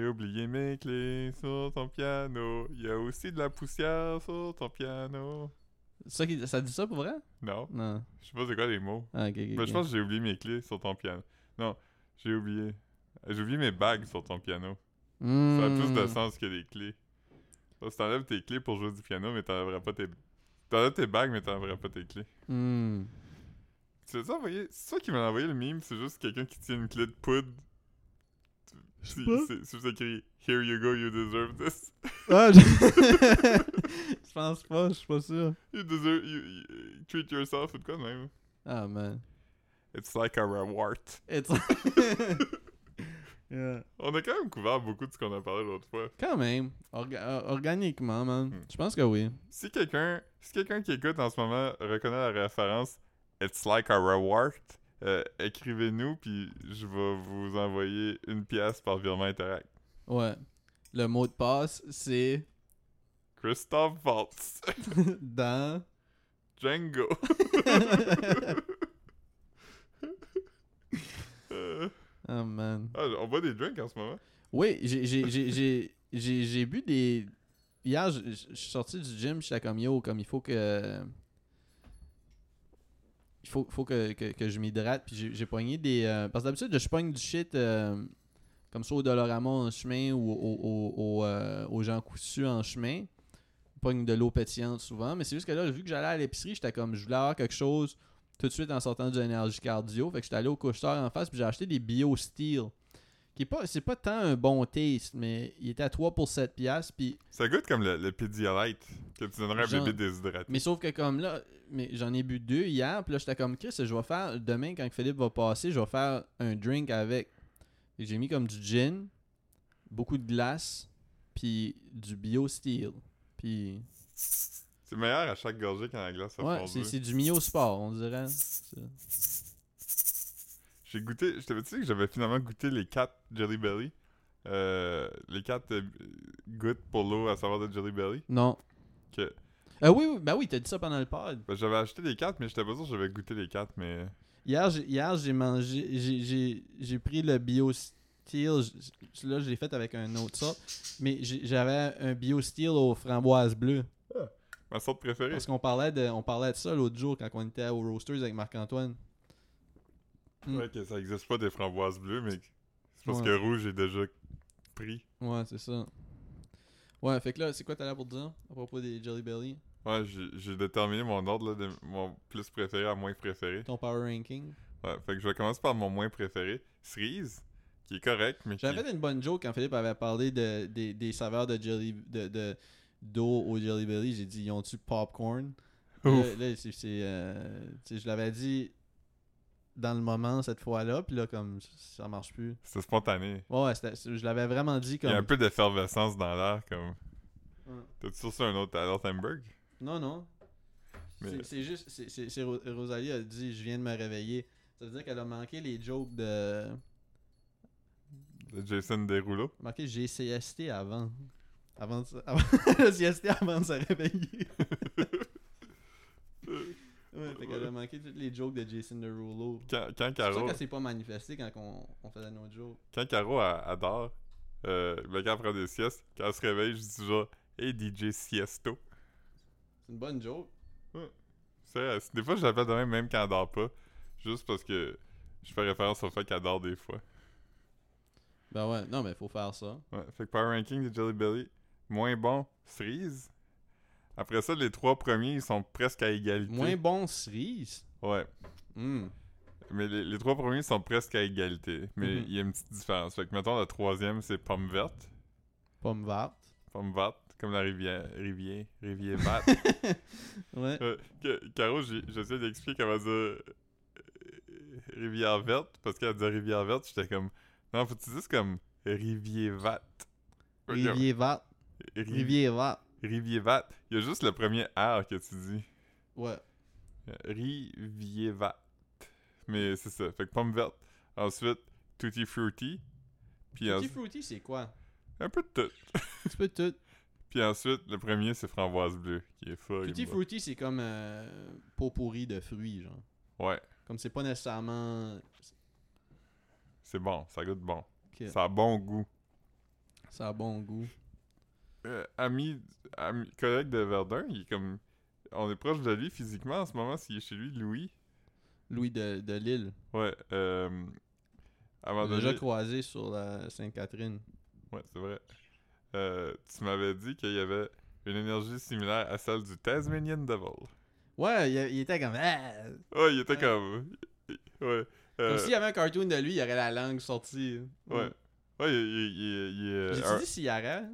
Speaker 1: J'ai oublié mes clés sur ton piano. Il y a aussi de la poussière sur ton piano.
Speaker 2: Ça, qui- ça dit ça pour vrai?
Speaker 1: Non,
Speaker 2: Non.
Speaker 1: je sais pas c'est quoi les mots.
Speaker 2: Ah, ok, ok,
Speaker 1: Mais
Speaker 2: ok.
Speaker 1: Ben, je pense que j'ai oublié mes clés sur ton piano. Non, j'ai oublié. J'ai oublié mes bagues sur ton piano. Ça a plus de
Speaker 2: Hmm.
Speaker 1: sens que les clés. Parce que t'enlèves tes clés pour jouer du piano, mais t'enlèveras pas tes, T'en as tes bagues, mais t'en verras pas tes clés.
Speaker 2: Hmm.
Speaker 1: Tu l'as envoyé? C'est toi qui m'a envoyé le meme, c'est juste quelqu'un qui tient une clé de poudre.
Speaker 2: Je sais
Speaker 1: Si-
Speaker 2: pas.
Speaker 1: C'est c'est juste écrit Here you go, you deserve this.
Speaker 2: Ah, je... je pense pas, je suis pas sûr.
Speaker 1: You deserve. You, you- treat yourself ou de quoi de même.
Speaker 2: Ah, man.
Speaker 1: It's like a reward.
Speaker 2: It's... Yeah.
Speaker 1: On a quand même couvert beaucoup de ce qu'on a parlé l'autre fois.
Speaker 2: Quand même, orga- euh, organiquement, man.
Speaker 1: Hmm.
Speaker 2: Je pense que oui.
Speaker 1: Si quelqu'un si quelqu'un qui écoute en ce moment reconnaît la référence It's like a reward, euh, écrivez-nous, puis je vais vous envoyer une pièce par virement Interact.
Speaker 2: Ouais. Le mot de passe, c'est
Speaker 1: Christophe Waltz.
Speaker 2: dans.
Speaker 1: Django. Euh,
Speaker 2: Oh, man.
Speaker 1: ah, on boit des drinks en ce moment.
Speaker 2: Oui, j'ai- j'ai- j'ai- j'ai j'ai- j'ai bu des. Hier, je je- je suis sorti du gym, j'étais comme yo, comme il faut que. Il faut, faut que, que, que je m'hydrate. Puis j'ai- j'ai pogné des. euh, parce que d'habitude, je pogne du shit euh, comme ça au Dolorama en chemin ou au, au, au, euh, aux gens cousus en chemin. Je pogne de l'eau pétillante souvent. Mais c'est juste que là, vu que j'allais à l'épicerie, j'étais comme je voulais avoir quelque chose tout de suite en sortant du énergie cardio. Fait que j'étais allé au couche-tard en face, puis j'ai acheté des Bio Steel qui est pas c'est pas tant un bon taste mais il était à 3 pour 7 pièces puis
Speaker 1: Ça goûte comme le, le Pedialyte que tu donnerais à un
Speaker 2: Genre-
Speaker 1: bébé déshydraté.
Speaker 2: mais sauf que comme là mais j'en ai bu deux hier puis là j'étais comme Chris je vais faire demain quand Philippe va passer je vais faire un drink avec Fait que j'ai mis comme du gin beaucoup de glace puis du bio steel puis
Speaker 1: C'est meilleur à chaque gorgée quand la glace a
Speaker 2: ouais c'est
Speaker 1: fondu.
Speaker 2: c'est du mio sport on dirait Ça.
Speaker 1: J'ai goûté, je t'avais dit que j'avais finalement goûté les 4 Jelly Belly. Euh, les 4 gouttes pour l'eau à savoir de Jelly Belly.
Speaker 2: non
Speaker 1: Que-
Speaker 2: ah oui, oui, ben oui, t'as dit ça pendant le pod.
Speaker 1: Ben, j'avais acheté les 4, mais j'étais pas sûr que j'avais goûté les 4, mais.
Speaker 2: Hier, j'ai, hier, j'ai mangé, j'ai, j'ai, j'ai pris le bio steel. j- Là, je l'ai fait avec un autre sorte. Mais j'ai- j'avais un bio steel aux framboises bleues.
Speaker 1: Ma sorte préférée.
Speaker 2: Parce qu'on parlait de, on parlait de ça l'autre jour quand on était au Roasters avec Marc-Antoine. Mm.
Speaker 1: Ouais, que ça existe pas des framboises bleues, mais c'est parce
Speaker 2: Ouais.
Speaker 1: que rouge est déjà pris.
Speaker 2: Ouais, c'est ça. Ouais, fait que là, c'est quoi t'as là pour dire à propos des Jelly Belly
Speaker 1: Ouais, j'ai j'ai déterminé mon ordre, là, de mon plus préféré à moins préféré.
Speaker 2: Ton power ranking
Speaker 1: Ouais, fait que je vais commencer par mon moins préféré, cerise, qui est correct, mais qui...
Speaker 2: J'avais fait une bonne joke quand Philippe avait parlé de, des, des saveurs de jelly de, de- d'eau au jelly belly. J'ai dit, ils ont-tu popcorn? Là,
Speaker 1: Ouf.
Speaker 2: là, c'est, c'est, euh, tu sais, je l'avais dit dans le moment cette fois-là, puis là, comme ça marche plus.
Speaker 1: c'est spontané.
Speaker 2: Ouais, ouais, c'était- c'est- je l'avais vraiment dit
Speaker 1: Il y a un
Speaker 2: comme.
Speaker 1: peu d'effervescence dans l'air, comme...
Speaker 2: Ouais.
Speaker 1: T'as-tu sur ça un autre à Altenberg?
Speaker 2: Non, non.
Speaker 1: Mais-
Speaker 2: C'est, c'est juste. C'est, c'est- c'est Ro- Rosalie a dit, je viens de me réveiller. Ça veut dire qu'elle a manqué les jokes de.
Speaker 1: Le Jason Derulo?
Speaker 2: Marqué j'ai CST avant. Avant de se... avant- CST avant de se réveiller. ouais, fait qu'elle a manqué toutes les jokes de Jason Derulo.
Speaker 1: Quand, quand
Speaker 2: C'est sûr
Speaker 1: Caro,
Speaker 2: qu'elle s'est pas manifestée quand on, on faisait nos jokes.
Speaker 1: quand Caro a- adore, euh, ben, quand elle prend des siestes, quand elle se réveille, je dis genre « Hey DJ Siesto ».
Speaker 2: C'est une bonne joke.
Speaker 1: C'est vrai, c'est- euh, des fois, je l'appelle de même, même quand elle dort pas. Juste parce que je fais référence au fait qu'elle dort des fois.
Speaker 2: Ben ouais, non mais faut faire ça.
Speaker 1: Ouais, fait que Power Ranking de Jelly Belly, moins bon, cerise. Après ça, les trois premiers, ils sont presque à égalité.
Speaker 2: Moins bon cerise.
Speaker 1: Ouais,
Speaker 2: Hmm.
Speaker 1: mais les, les trois premiers sont presque à égalité. Mais il
Speaker 2: Mhm.
Speaker 1: y a une petite différence. Fait que mettons, le troisième, c'est pomme verte.
Speaker 2: Pomme verte.
Speaker 1: Pomme verte, comme la rivière. Rivière. Rivière verte.
Speaker 2: Ouais.
Speaker 1: Euh, Ca- Caro, j'ai- j'essaie d'expliquer comment dire euh, rivière verte, parce qu'elle dit rivière verte, j'étais comme. Non, faut que tu dises comme rivière verte.
Speaker 2: Rivière verte.
Speaker 1: Hmm.
Speaker 2: Rivière verte.
Speaker 1: Rivière verte. Il y a juste le premier R que tu dis.
Speaker 2: Ouais.
Speaker 1: Euh, Rivière verte. Mais c'est ça. Fait que pomme verte. Ensuite, tutti frutti. Puis
Speaker 2: Tutti
Speaker 1: ensuite,
Speaker 2: fruity c'est quoi?
Speaker 1: un peu de tout.
Speaker 2: Un petit peu de tout.
Speaker 1: Puis ensuite, le premier, c'est framboise bleue, qui est fuck.
Speaker 2: Tutti
Speaker 1: bon.
Speaker 2: fruity c'est comme euh, pot pourri de fruits genre.
Speaker 1: Ouais,
Speaker 2: Comme c'est pas nécessairement.
Speaker 1: c'est bon. Ça goûte bon.
Speaker 2: Ok.
Speaker 1: Ça a bon goût.
Speaker 2: Ça a bon goût.
Speaker 1: euh, ami, ami- collègue de Verdun, il est comme. On est proche de lui physiquement en ce moment, s'il est chez lui, Louis.
Speaker 2: Louis de, de Lille.
Speaker 1: Ouais, euh. à un moment
Speaker 2: J'ai déjà
Speaker 1: donné-
Speaker 2: croisé sur la Sainte-Catherine.
Speaker 1: Ouais, c'est vrai. Euh, tu m'avais dit qu'il y avait une énergie similaire à celle du Tasmanian Devil.
Speaker 2: Ouais, il, il était comme. Ah!
Speaker 1: Ouais, il était
Speaker 2: Ouais.
Speaker 1: comme. Ouais. euh,
Speaker 2: Comme s'il y avait un cartoon de lui, il aurait la langue sortie.
Speaker 1: Ouais. Ouais, il, il, il- il est-
Speaker 2: J'ai
Speaker 1: un-
Speaker 2: dit s'il arrête.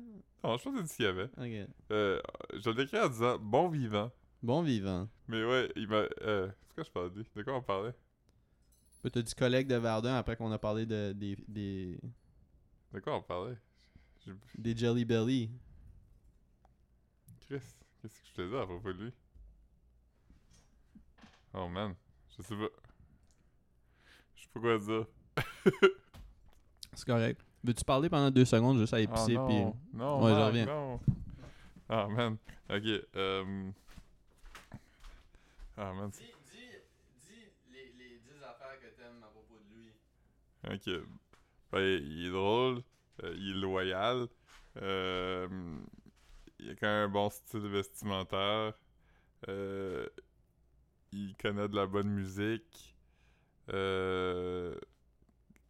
Speaker 1: Non, je pense que c'est ce qu'il y avait.
Speaker 2: Ok.
Speaker 1: Euh, je le décris en disant bon vivant.
Speaker 2: Bon vivant.
Speaker 1: Mais ouais, il m'a. Euh, c'est quoi je parlais De quoi on parlait
Speaker 2: Puis T'as dit collègue de Verdun après qu'on a parlé de, des, des,
Speaker 1: De quoi on parlait
Speaker 2: des Jelly Belly.
Speaker 1: Chris, qu'est-ce que je te dis à propos de lui Oh man, je sais pas. Je sais pas quoi dire.
Speaker 2: C'est correct. Ah, Veux-tu parler pendant deux secondes juste à
Speaker 1: Oh
Speaker 2: épicer
Speaker 1: non,
Speaker 2: puis
Speaker 1: non,
Speaker 2: Ouais, je
Speaker 1: Marc,
Speaker 2: reviens.
Speaker 1: non. Ah man, ok. Euh... Ah man, c'est-
Speaker 2: les, les 10 affaires que t'aimes à propos de lui.
Speaker 1: ok. Ben, il est drôle, euh, il est loyal, euh, il a quand même un bon style vestimentaire, euh, il connaît de la bonne musique. euh,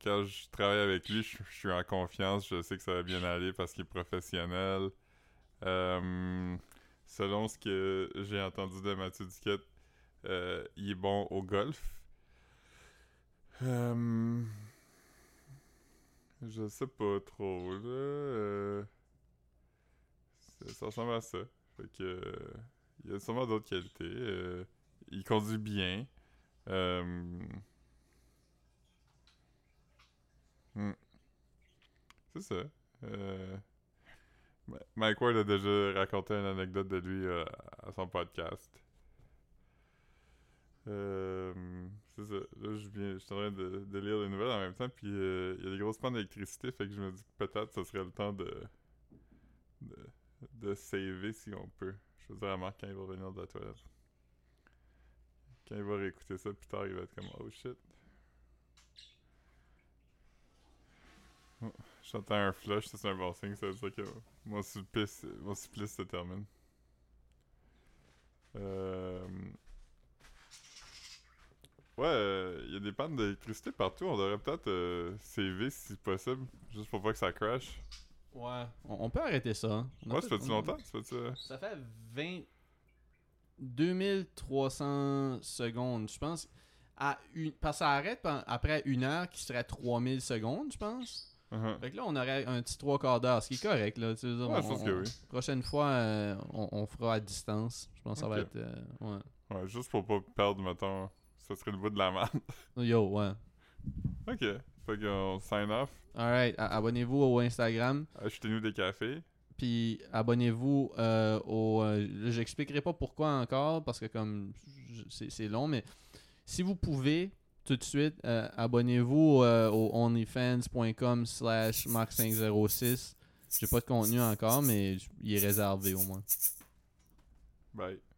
Speaker 1: quand je travaille avec lui, je, je suis en confiance, je sais que ça va bien aller parce qu'il est professionnel. Euh, selon ce que j'ai entendu de Mathieu Duquette, euh, il est bon au golf. Euh, je sais pas trop, là. euh, ça, ça ressemble à ça. Fait que. euh, Il y a sûrement d'autres qualités. euh, il conduit bien. euh, hmm. C'est ça. euh, Ma- Mike Ward a déjà raconté une anecdote de lui euh, à son podcast. Euh, c'est ça. Là, je, viens, je suis en train de, de lire les nouvelles en même temps, puis euh, il y a des grosses pannes d'électricité, fait que je me dis que peut-être ce serait le temps de, de, de saver si on peut. Je veux dire à Marc quand il va revenir de la toilette. Quand il va réécouter ça plus tard, il va être comme Oh shit. Oh, J'entends un flush, ça c'est un bon signe, ça veut dire que mon supplice, mon supplice se termine. Euh. Ouais, il y a des pannes d'électricité partout. On devrait peut-être euh, CV si possible, juste pour pas que ça crash.
Speaker 2: Ouais. On, on peut arrêter ça. hein. On a
Speaker 1: Ouais, ça
Speaker 2: fait-
Speaker 1: fait-tu
Speaker 2: on-
Speaker 1: longtemps? Ça fait-tu... euh,
Speaker 2: Ça fait 20... 2300 secondes, je pense. À une... Parce que ça arrête pen- après une heure qui serait 3000 secondes, je pense.
Speaker 1: uh-huh.
Speaker 2: Fait que là, on aurait un petit trois quarts d'heure, ce qui est correct. Là. Tu veux dire,
Speaker 1: Ouais,
Speaker 2: on-
Speaker 1: je pense
Speaker 2: on-
Speaker 1: que oui.
Speaker 2: Prochaine fois, euh, on, on fera à distance. Je pense que ça va
Speaker 1: Ok.
Speaker 2: être. euh, ouais.
Speaker 1: Ouais, juste pour pas perdre, mettons, ça serait le bout de la merde.
Speaker 2: Yo, ouais.
Speaker 1: ok, fait qu'on sign off.
Speaker 2: Alright, a- abonnez-vous au Instagram.
Speaker 1: Achetez-nous des cafés.
Speaker 2: Puis abonnez-vous euh, au. euh, là, J'expliquerai pas pourquoi encore, parce que comme je- c'est c'est long, mais si vous pouvez, tout de suite, euh, abonnez-vous euh, au onlyfans.com slash mark506. J'ai pas de contenu encore, mais j- il est réservé au moins.
Speaker 1: Bye.